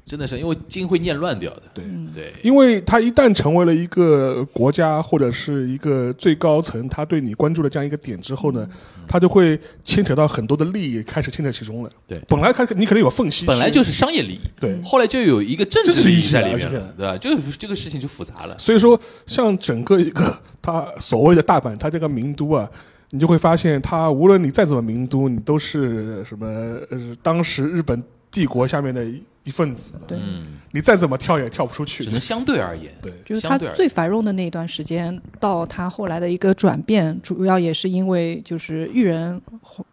Speaker 5: 真的是因为金会念乱掉的。
Speaker 4: 对
Speaker 5: 对，
Speaker 4: 因为他一旦成为了一个国家或者是一个最高层，他对你关注的这样一个点之后呢，
Speaker 5: 嗯
Speaker 4: 他就会牵扯到很多的利益，开始牵扯其中了。
Speaker 5: 对
Speaker 4: 本来他你可能有缝隙，
Speaker 5: 本来就是商业利益，
Speaker 4: 对
Speaker 5: 后来就有一个政治
Speaker 4: 政治利益
Speaker 5: 利益在里
Speaker 4: 了
Speaker 5: 面
Speaker 4: 是
Speaker 5: 了，对吧？就这个事情就复杂了。
Speaker 4: 所以说，像整个一个它所谓的大阪，它这个名都啊，你就会发现，它无论你再怎么名都，你都是什么、呃、当时日本帝国下面的一一份子，
Speaker 6: 对，
Speaker 4: 你再怎么跳也跳不出去
Speaker 5: 只。能相对而言，
Speaker 4: 对
Speaker 6: 就是
Speaker 5: 相
Speaker 6: 他
Speaker 5: 对而言
Speaker 6: 最繁荣的那一段时间，到他后来的一个转变，主要也是因为就是裕仁，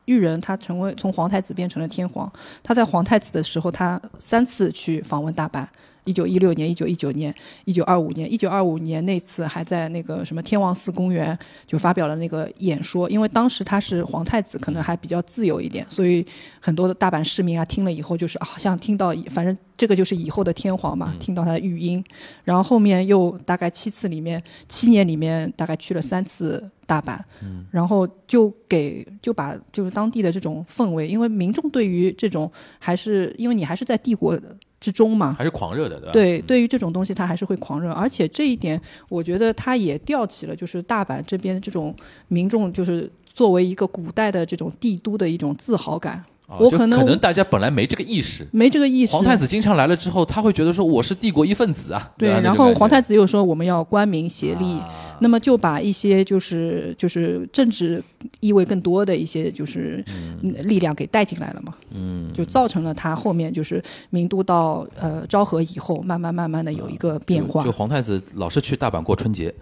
Speaker 6: 裕仁他成为从皇太子变成了天皇。他在皇太子的时候，他三次去访问大阪。一九一六年、一九一九年、一九二五年、一九二五年那次还在那个什么天王寺公园就发表了那个演说，因为当时他是皇太子，可能还比较自由一点，所以很多的大阪市民啊听了以后就是啊，好像听到反正这个就是以后的天皇
Speaker 5: 嗯
Speaker 6: 嘛，听到他的语音，然后后面又大概七次里面七年里面大概去了三次大阪，
Speaker 5: 嗯
Speaker 6: 然后就给就把就是当地的这种氛围，因为民众对于这种还是因为你还是在帝国之中嘛。
Speaker 5: 还是狂热的，对吧？
Speaker 6: 对，
Speaker 5: 嗯
Speaker 6: 对于这种东西，他还是会狂热，而且这一点，我觉得他也吊起了就是大阪这边这种民众，就是作为一个古代的这种帝都的一种自豪感。
Speaker 5: 啊
Speaker 6: 我
Speaker 5: 就
Speaker 6: 可能
Speaker 5: 可能大家本来没这个意识，
Speaker 6: 没这个意识。
Speaker 5: 皇太子经常来了之后，他会觉得说我是帝国一份子啊。
Speaker 6: 对，
Speaker 5: 吧
Speaker 6: 然后皇太子又说我们要官民协力，
Speaker 5: 啊
Speaker 6: 那么就把一些就是就是政治意味更多的一些就是嗯力量给带进来了嘛，嗯，就造成了他后面就是明都到呃昭和以后，慢慢慢慢的有一个变化
Speaker 5: 就，皇太子老是去大阪过春节，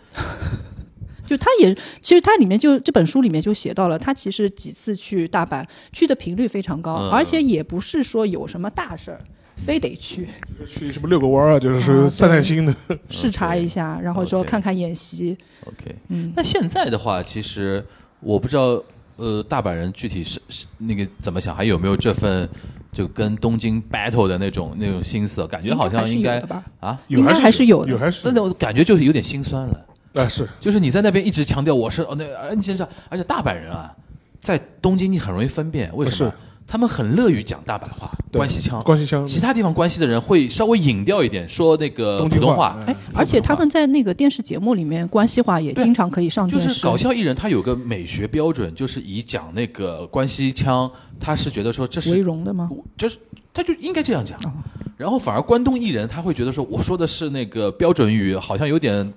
Speaker 6: 就他也其实他里面就这本书里面就写到了，他其实几次去大阪去的频率非常高，
Speaker 5: 嗯
Speaker 6: 而且也不是说有什么大事儿非得去，
Speaker 4: 就是去什么遛个弯儿啊，就是说
Speaker 6: 啊
Speaker 4: 散散心的。
Speaker 6: 视察一
Speaker 5: 嗯
Speaker 6: 下，然后说
Speaker 5: OK
Speaker 6: 看看演习，
Speaker 5: OK，
Speaker 6: 嗯
Speaker 5: 那现在的话，其实我不知道，呃，大阪人具体是是那个怎么想，还有没有这份就跟东京 battle 的那种那种心思？感觉好像应
Speaker 6: 还是有
Speaker 5: 该
Speaker 6: 的吧。
Speaker 5: 啊，
Speaker 4: 有
Speaker 6: 应该还是有的
Speaker 4: 有还是
Speaker 5: 但是我感觉就是有点心酸了。
Speaker 4: 有啊是
Speaker 5: 就是你在那边一直强调我是哦那恩先生，而且大阪人啊，在东京你很容易分辨，为什么
Speaker 4: 是？
Speaker 5: 他们很乐于讲大阪话、
Speaker 4: 对
Speaker 5: 关西腔，
Speaker 4: 关西腔，
Speaker 5: 其他地方关西的人会稍微隐掉一点，说那个
Speaker 4: 东
Speaker 5: 普
Speaker 4: 京
Speaker 5: 嗯通
Speaker 4: 话
Speaker 5: 话，
Speaker 6: 哎，而且他们在那个电视节目里面，关系化也经常可以上
Speaker 5: 就
Speaker 6: 电
Speaker 5: 是
Speaker 6: 视。
Speaker 5: 搞笑艺人，他有个美学标准，就是以讲那个关西腔，他是觉得说这
Speaker 6: 为
Speaker 5: 是，
Speaker 6: 荣的吗？
Speaker 5: 就是他就应该这样讲
Speaker 6: 哦。
Speaker 5: 然后反而关东艺人，他会觉得说我说的是那个标准语，好像有点，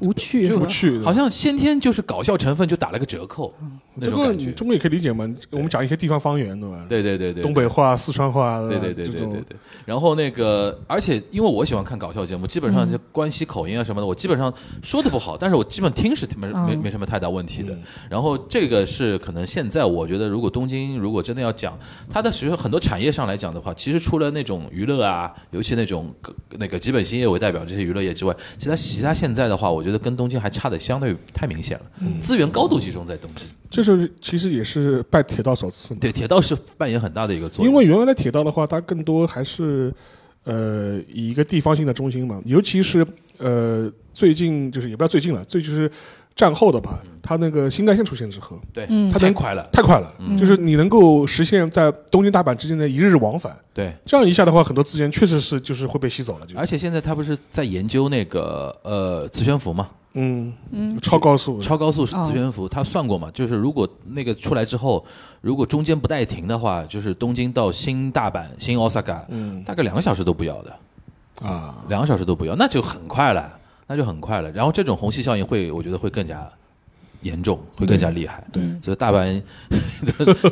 Speaker 6: 无趣是吧
Speaker 4: 不？去的
Speaker 5: 好像先天就是搞笑成分就打了个折扣
Speaker 6: 嗯
Speaker 5: 那
Speaker 4: 这
Speaker 5: 种
Speaker 4: 个
Speaker 5: 感
Speaker 4: 你
Speaker 5: 觉。
Speaker 4: 中国也可以理解嘛。我们讲一些地方方言对吧？
Speaker 5: 对对对对，
Speaker 4: 东北话、四川话，
Speaker 5: 对
Speaker 4: 吧
Speaker 5: 对对
Speaker 4: 嗯这
Speaker 5: 对
Speaker 4: 种
Speaker 5: 对对。然后那个，而且因为我喜欢看搞笑节
Speaker 4: 嗯
Speaker 5: 目，基本上就关西口音啊什么的，我基本上说的不好，但是我基本听是没没
Speaker 6: 嗯
Speaker 5: 没什么太大问题的。然后这个是可能现在我觉得，如果东京如果真的要讲它的，其实很多产业上来讲的话，其实除了那种娱乐啊，尤其那种那个基本新业为代表这些娱乐业之外，其他其他现在的话，我觉得跟东京还差的相对太明显了，
Speaker 4: 嗯
Speaker 5: 资源高度集中在东京。
Speaker 4: 这是其实也是拜铁道所赐嘛。
Speaker 5: 对，铁道是扮演很大的一个作用。
Speaker 4: 因为原来的铁道的话，它更多还是呃以一个地方性的中心嘛，尤其是呃最近就是也不知道最近了，最就是战后的吧，它那个新干线出现之后，
Speaker 5: 对，
Speaker 6: 嗯
Speaker 4: 他
Speaker 5: 嗯太
Speaker 4: 能
Speaker 5: 快了，
Speaker 4: 太快了，
Speaker 6: 嗯
Speaker 4: 就是你能够实现在东京大阪之间的一日往返，
Speaker 5: 对。
Speaker 4: 这样一下的话，很多资源确实是就是会被吸走了，就
Speaker 5: 而且现在他不是在研究那个呃磁悬浮嘛，
Speaker 4: 嗯超高速
Speaker 5: 超高速
Speaker 6: 哦
Speaker 5: 磁悬浮，他算过嘛，就是如果那个出来之后，如果中间不带停的话，就是东京到新大阪、新 Osaka，
Speaker 4: 嗯
Speaker 5: 大概两个小时都不要的，
Speaker 4: 啊，
Speaker 5: 两个小时都不要，那就很快了，那就很快了。然后这种虹吸效应会，我觉得会更加严重，会更加厉害。
Speaker 6: 对对
Speaker 5: 所以大阪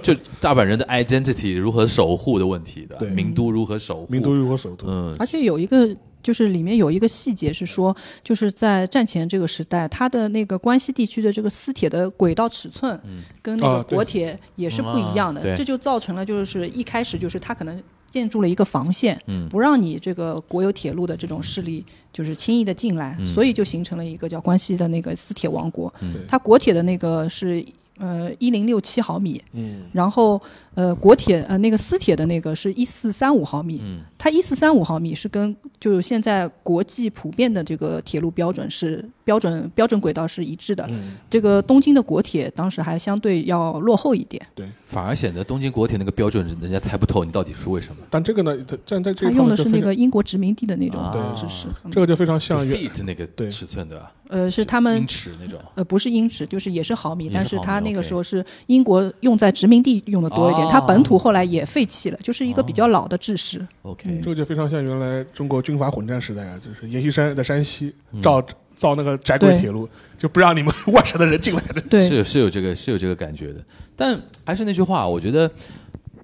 Speaker 5: 就大阪 人的 identity 如何守护的问题的，
Speaker 4: 对
Speaker 5: 名都如何守护，
Speaker 4: 民族如何首都，
Speaker 5: 嗯，
Speaker 6: 而且有一个，就是里面有一个细节是说，就是在战前这个时代，它的那个关西地区的这个私铁的轨道尺寸，跟那个
Speaker 4: 啊对
Speaker 6: 国铁也是不一样的，
Speaker 5: 嗯啊对
Speaker 6: 这就造成了就是一开始就是它可能建筑了一个防线，
Speaker 5: 嗯
Speaker 6: 不让你这个国有铁路的这种势力就是轻易的进来，
Speaker 5: 嗯
Speaker 6: 所以就形成了一个叫关西的那个私铁王国。它国铁的那个是呃一零六七毫米，
Speaker 4: 嗯，
Speaker 6: 然后呃国铁呃那个私铁的那个是一四三五毫米，
Speaker 5: 嗯
Speaker 6: 它一四三五毫米是跟就是现在国际普遍的这个铁路标准是标准标准轨道是一致的。这个东京的国铁当时还相对要落后一点，
Speaker 5: 反而显得东京国铁那个标准人家猜不透你到底是为什么。
Speaker 4: 但这个呢，它站在这
Speaker 6: 它
Speaker 4: 个
Speaker 6: 用的
Speaker 4: 就是非
Speaker 6: 那
Speaker 4: 常
Speaker 6: 个英国殖民地的那种
Speaker 5: 啊
Speaker 6: 知识，嗯
Speaker 4: 这个就非常
Speaker 5: 就
Speaker 4: 啊像原
Speaker 5: feet 那个
Speaker 4: 对
Speaker 5: 尺寸对吧？
Speaker 6: 呃是他们
Speaker 5: 英尺那种。
Speaker 6: 呃，不是英尺，就是也是毫米，
Speaker 5: 也是
Speaker 6: 但是
Speaker 5: 毫
Speaker 6: 它
Speaker 5: 米
Speaker 6: 那个
Speaker 5: ，OK
Speaker 6: 时候是英国用在殖民地用的多一点，
Speaker 5: 哦
Speaker 6: 它本土后来也废弃了，就是一个比较老的制式。
Speaker 5: OK，
Speaker 4: 这个就非常像原来中国军阀混战时代啊，就是阎锡山在山西
Speaker 5: 嗯
Speaker 4: 造造那个窄轨
Speaker 6: 对
Speaker 4: 铁路，就不让你们 外省的人进来的。
Speaker 6: 对，
Speaker 5: 是是有这个是有这个感觉的。但还是那句话，我觉得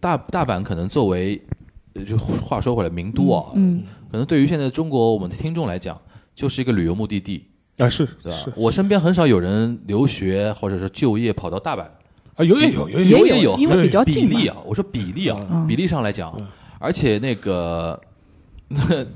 Speaker 5: 大大阪可能作为，呃就话说回来，名都啊，
Speaker 6: 嗯，
Speaker 5: 可能对于现在中国我们的听众来讲，就是一个旅游目的地，
Speaker 4: 啊，是
Speaker 5: 对吧
Speaker 4: 是？
Speaker 5: 我身边很少有人留学或者说就业跑到大阪，
Speaker 4: 啊，有也有有
Speaker 6: 也
Speaker 5: 有
Speaker 6: 有
Speaker 5: 有，
Speaker 6: 因为比较近
Speaker 5: 比
Speaker 6: 嘛
Speaker 5: 例啊，我说比例啊，比例上来讲，而且那个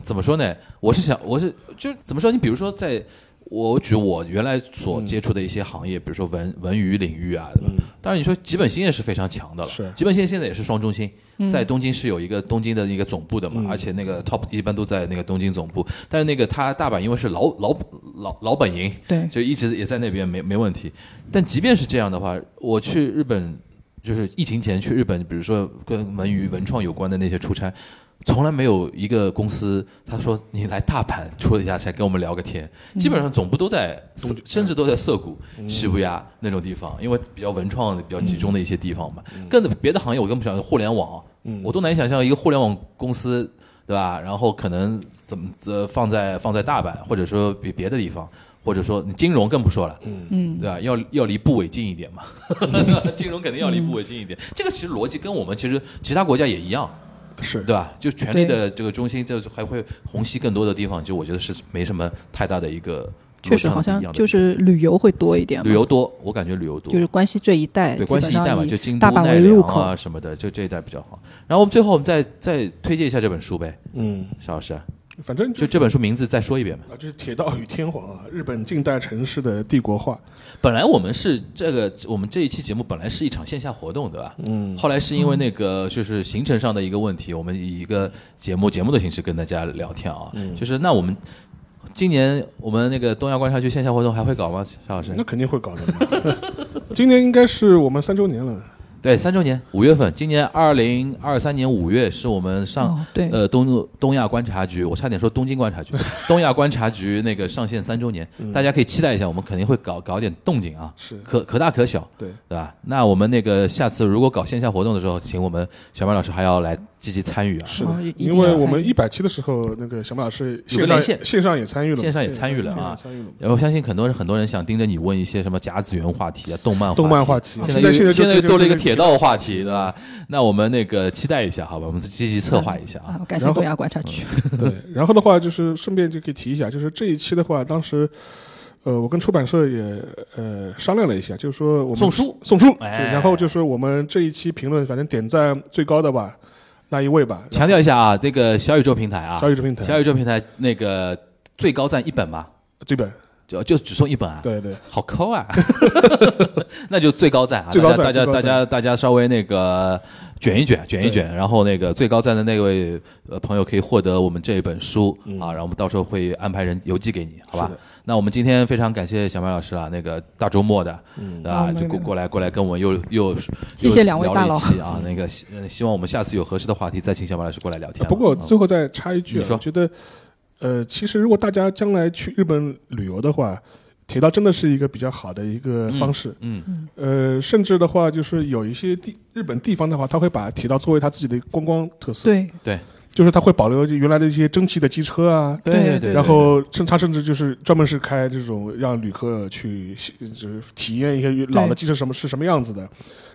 Speaker 5: 怎么说呢？我是想，我是就怎么说？你比如说在，我举我原来所接触的一些行业，比如说文文娱领域啊，对吧？当然，你说吉本兴业是非常强的了，
Speaker 4: 是
Speaker 5: 吉本兴业现在也是双中心，在东京是有一个东京的一个总部的嘛，而且那个 top 一般都在那个东京总部，但是那个它大阪因为是老老老老本营，
Speaker 6: 对
Speaker 5: 就一直也在那边没没问题。但即便是这样的话，我去日本，就是疫情前去日本，比如说跟文娱文创有关的那些出差，从来没有一个公司他说你来大阪出一下差，跟我们聊个天。基本上总部都在涩，甚至都在涩谷、西伯亚啊那种地方，因为比较文创比较集中的一些地方嘛。跟别的行业我更不想，互联网，我都难以想象一个互联网公司，对吧？然后可能怎么呃放在放在大阪，或者说比别的地方。或者说你金融更不说了，嗯，对吧？要要离部委近一点嘛，
Speaker 6: 嗯
Speaker 5: 金融肯定要离部委近一点。这个其实逻辑跟我们其实其他国家也一样，
Speaker 4: 是
Speaker 5: 对吧？就权力的这个中心，就是还会虹吸更多的地方，就我觉得是没什么太大的一个逻
Speaker 6: 确实
Speaker 5: 辑上
Speaker 6: 好
Speaker 5: 一样
Speaker 6: 像
Speaker 5: 的
Speaker 6: 就是旅游会多一点嘛，
Speaker 5: 旅游多，我感觉旅游多，
Speaker 6: 就是关西这一带，
Speaker 5: 对
Speaker 6: 基本
Speaker 5: 关系一带嘛，
Speaker 6: 上以
Speaker 5: 就京都
Speaker 6: 大阪
Speaker 5: 奈
Speaker 6: 为入
Speaker 5: 良
Speaker 6: 口，
Speaker 5: 啊什么的，就这一带比较好。然后我们最后我们再再推荐一下这本书呗，
Speaker 4: 嗯，
Speaker 5: 邵老师，
Speaker 4: 反正
Speaker 5: 啊就这本书名字再说一遍吧。
Speaker 4: 啊，就是《铁道与天皇》啊，日本近代城市的帝国化。
Speaker 5: 本来我们是这个，我们这一期节目本来是一场线下活动，对吧？嗯。后来是因为那个就是行程上的一个问题，我们以一个节目节目的形式跟大家聊天啊。就是那我们今年我们那个东亚观察局线下活动还会搞吗？邵老师
Speaker 4: 那？肯定会搞的嘛。 今年应该是我们三周年了，
Speaker 5: 对，三周年，五月份，今年二零二三年五月是我们上、
Speaker 6: 哦对
Speaker 5: 呃东东亚观察局，我差点说东京观察局，东亚观察局那个上线三周 年，大家可以期待一下，我们肯定会搞搞点动静啊，
Speaker 4: 是
Speaker 5: 可可大可小，
Speaker 4: 对
Speaker 5: 对吧？那我们那个下次如果搞线下活动的时候，请我们小麦老师还要来积极参与啊，
Speaker 4: 是
Speaker 6: 哦
Speaker 4: 的
Speaker 6: 一，定
Speaker 4: 因为
Speaker 6: 要参
Speaker 4: 我们
Speaker 6: 与
Speaker 4: 一百期的时候，那个小马老师
Speaker 5: 有个
Speaker 4: 线上
Speaker 5: 连线
Speaker 4: 线上也参与了嘛，
Speaker 5: 线上也参与了啊
Speaker 4: 线上参与了嘛。
Speaker 5: 然后相信很多人很多人想盯着你问一些什么甲子园话题啊、动漫话题
Speaker 4: 动漫话题
Speaker 5: 现在
Speaker 4: 现在
Speaker 5: 又
Speaker 4: 现在就
Speaker 5: 现在又
Speaker 4: 就
Speaker 5: 多了一个
Speaker 4: 就
Speaker 5: 铁道话题，对吧？那我们那个期待一下，好吧？我们积极策划一下啊
Speaker 6: 啊，。感谢
Speaker 4: 然后
Speaker 6: 东亚观察局，
Speaker 4: 对， 然后的话就是顺便就可以提一下，就是这一期的话，当时。呃，我跟出版社也呃商量了一下，就是说我们
Speaker 5: 送书
Speaker 4: 送书，对
Speaker 5: 哎
Speaker 4: 然后就是我们这一期评论，反正点赞最高的吧，那一位吧，然后
Speaker 5: 强调一下啊，这个小宇宙平台啊，
Speaker 4: 小宇宙平台
Speaker 5: 小宇宙平台那个最高赞一本嘛，
Speaker 4: 这本，
Speaker 5: 就就只送一本啊，，
Speaker 4: 对对，
Speaker 5: 好抠 啊， 那就最高赞啊，
Speaker 4: 最高赞
Speaker 5: 大家
Speaker 4: 最
Speaker 5: 大家大
Speaker 4: 高赞
Speaker 5: 家大家稍微那个卷一卷，卷一
Speaker 4: 对
Speaker 5: 卷，然后那个最高赞的那位呃朋友可以获得我们这一本书、啊，然后我们到时候会安排人邮寄给你，好吧
Speaker 4: 嗯是的？
Speaker 5: 那我们今天非常感谢小麦老师啊，那个大周末的，嗯、啊，
Speaker 6: 哦没
Speaker 5: 就过
Speaker 6: 没
Speaker 5: 过来过来跟我们又 又
Speaker 6: 谢谢两位大
Speaker 5: 又聊
Speaker 6: 佬
Speaker 5: 了一期啊，那个希呃希望我们下次有合适的话题再请小麦老师过来聊天啊、
Speaker 4: 不过
Speaker 5: 嗯
Speaker 4: 最后再插一句、
Speaker 5: 你
Speaker 4: 啊，
Speaker 5: 说
Speaker 4: 我觉得，呃，其实如果大家将来去日本旅游的话，铁道真的是一个比较好的一个方式。
Speaker 5: 嗯。
Speaker 4: 呃，甚至的话，就是有一些地日本地方的话，他会把铁道作为他自己的观光特色，，
Speaker 6: 对
Speaker 5: 对
Speaker 4: 就是他会保留原来的一些蒸汽的机车啊。
Speaker 6: 对对对
Speaker 4: 然后，甚他甚至就是专门是开这种让旅客去，就是体验一些老的
Speaker 6: 对
Speaker 4: 机车什么是什么样子的，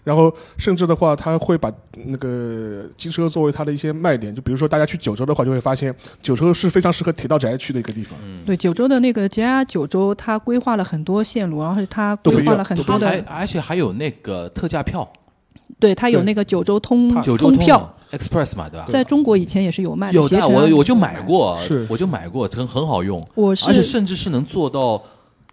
Speaker 4: 然后甚至的话，他会把那个机车作为他的一些卖点，就比如说大家去九州的话，就会发现九州是非常适合铁道宅去的一个地方。
Speaker 5: 嗯
Speaker 6: 对，九州的那个 JR 九州，它规划了很多线路，然后它
Speaker 4: 都不
Speaker 6: 规
Speaker 4: 一
Speaker 6: 划
Speaker 4: 样
Speaker 6: 了很
Speaker 5: 都
Speaker 6: 多
Speaker 5: 不哎
Speaker 6: 的
Speaker 5: 还，而且还有那个特价票，
Speaker 6: 对，它有
Speaker 4: 对
Speaker 6: 那个九州通
Speaker 4: 怕
Speaker 5: 九州通
Speaker 6: 票，
Speaker 5: 的 Express 嘛，对吧？
Speaker 6: 在中国以前也是有卖
Speaker 5: 有
Speaker 6: 啊携
Speaker 5: 的，
Speaker 6: 程
Speaker 5: 我我就买，过
Speaker 4: 是，
Speaker 5: 我就买过，很很好用，
Speaker 6: 我
Speaker 5: 而且
Speaker 6: 是
Speaker 5: 甚至是能做到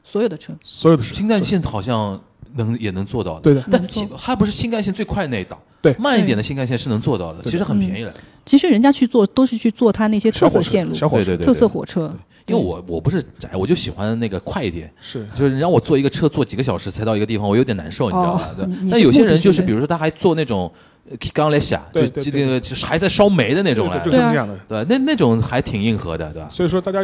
Speaker 6: 所有的车，
Speaker 4: 所有的事情，
Speaker 5: 新干线好像能也能做到的。
Speaker 4: 对的
Speaker 5: 但
Speaker 6: 能做
Speaker 5: 新它不是新干线最快那一档，
Speaker 4: 对
Speaker 5: 慢一点的新干线是能做到的，其实很便宜的。
Speaker 6: 其实人家去做都是去做它那些特
Speaker 4: 小火
Speaker 6: 色
Speaker 4: 车
Speaker 6: 线路，
Speaker 4: 小火
Speaker 5: 对
Speaker 4: 车
Speaker 5: 对对，
Speaker 6: 特色
Speaker 5: 对。
Speaker 6: 火车，
Speaker 5: 因为我我不是宅，我就喜欢那个快一点。
Speaker 4: 是
Speaker 5: 就是你让我坐一个车坐几个小时才到一个地方，我有点难受，你知道吧
Speaker 6: 哦？
Speaker 5: 对
Speaker 6: 你你
Speaker 5: 但
Speaker 6: 是
Speaker 5: 有些
Speaker 6: 目的
Speaker 5: 人就
Speaker 6: 性
Speaker 5: 是，
Speaker 6: 的
Speaker 5: 比如说他还坐那种呃刚来下，就
Speaker 4: 对对
Speaker 5: 这
Speaker 4: 对
Speaker 5: 个就是还在烧煤的那种来
Speaker 4: 对，就
Speaker 5: 的，
Speaker 4: 是
Speaker 6: 对啊
Speaker 4: 这样的。
Speaker 5: 对，那那种还挺硬核的，对吧？
Speaker 4: 所以说，大家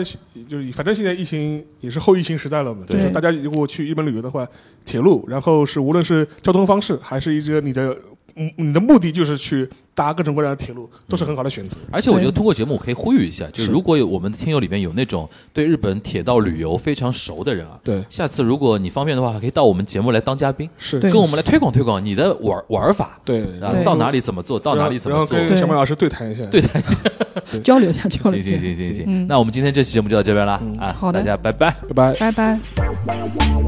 Speaker 4: 就是反正现在疫情也是后疫情时代了嘛，
Speaker 5: 对
Speaker 4: 就是大家如果去日本旅游的话，铁路，然后是无论是交通方式，还是一些你的嗯你的目的就是去搭各种各样的铁路，都是很好的选择。
Speaker 5: 而且我觉得
Speaker 6: 对
Speaker 5: 通过节目我可以呼吁一下，就是
Speaker 4: 是
Speaker 5: 如果有我们的听友里面有那种对日本铁道旅游非常熟的人啊，
Speaker 4: 对，
Speaker 5: 下次如果你方便的话，可以到我们节目来当嘉宾，
Speaker 4: 是
Speaker 6: 对
Speaker 5: 跟我们来推广推广你的玩玩法，
Speaker 4: 对，
Speaker 5: 啊
Speaker 6: 对，
Speaker 5: 到哪里怎么做，到哪里怎
Speaker 4: 然
Speaker 5: 么
Speaker 4: 后
Speaker 5: 做。
Speaker 4: 跟小马老师对谈一下。
Speaker 5: 对
Speaker 6: 交流一下，交流
Speaker 5: 行
Speaker 6: 一下
Speaker 5: 行，行行行，
Speaker 6: 嗯
Speaker 5: 那我们今天这期节目就到这边了啊，
Speaker 6: 好的
Speaker 5: 大家拜拜。
Speaker 4: 拜拜。
Speaker 6: 拜拜。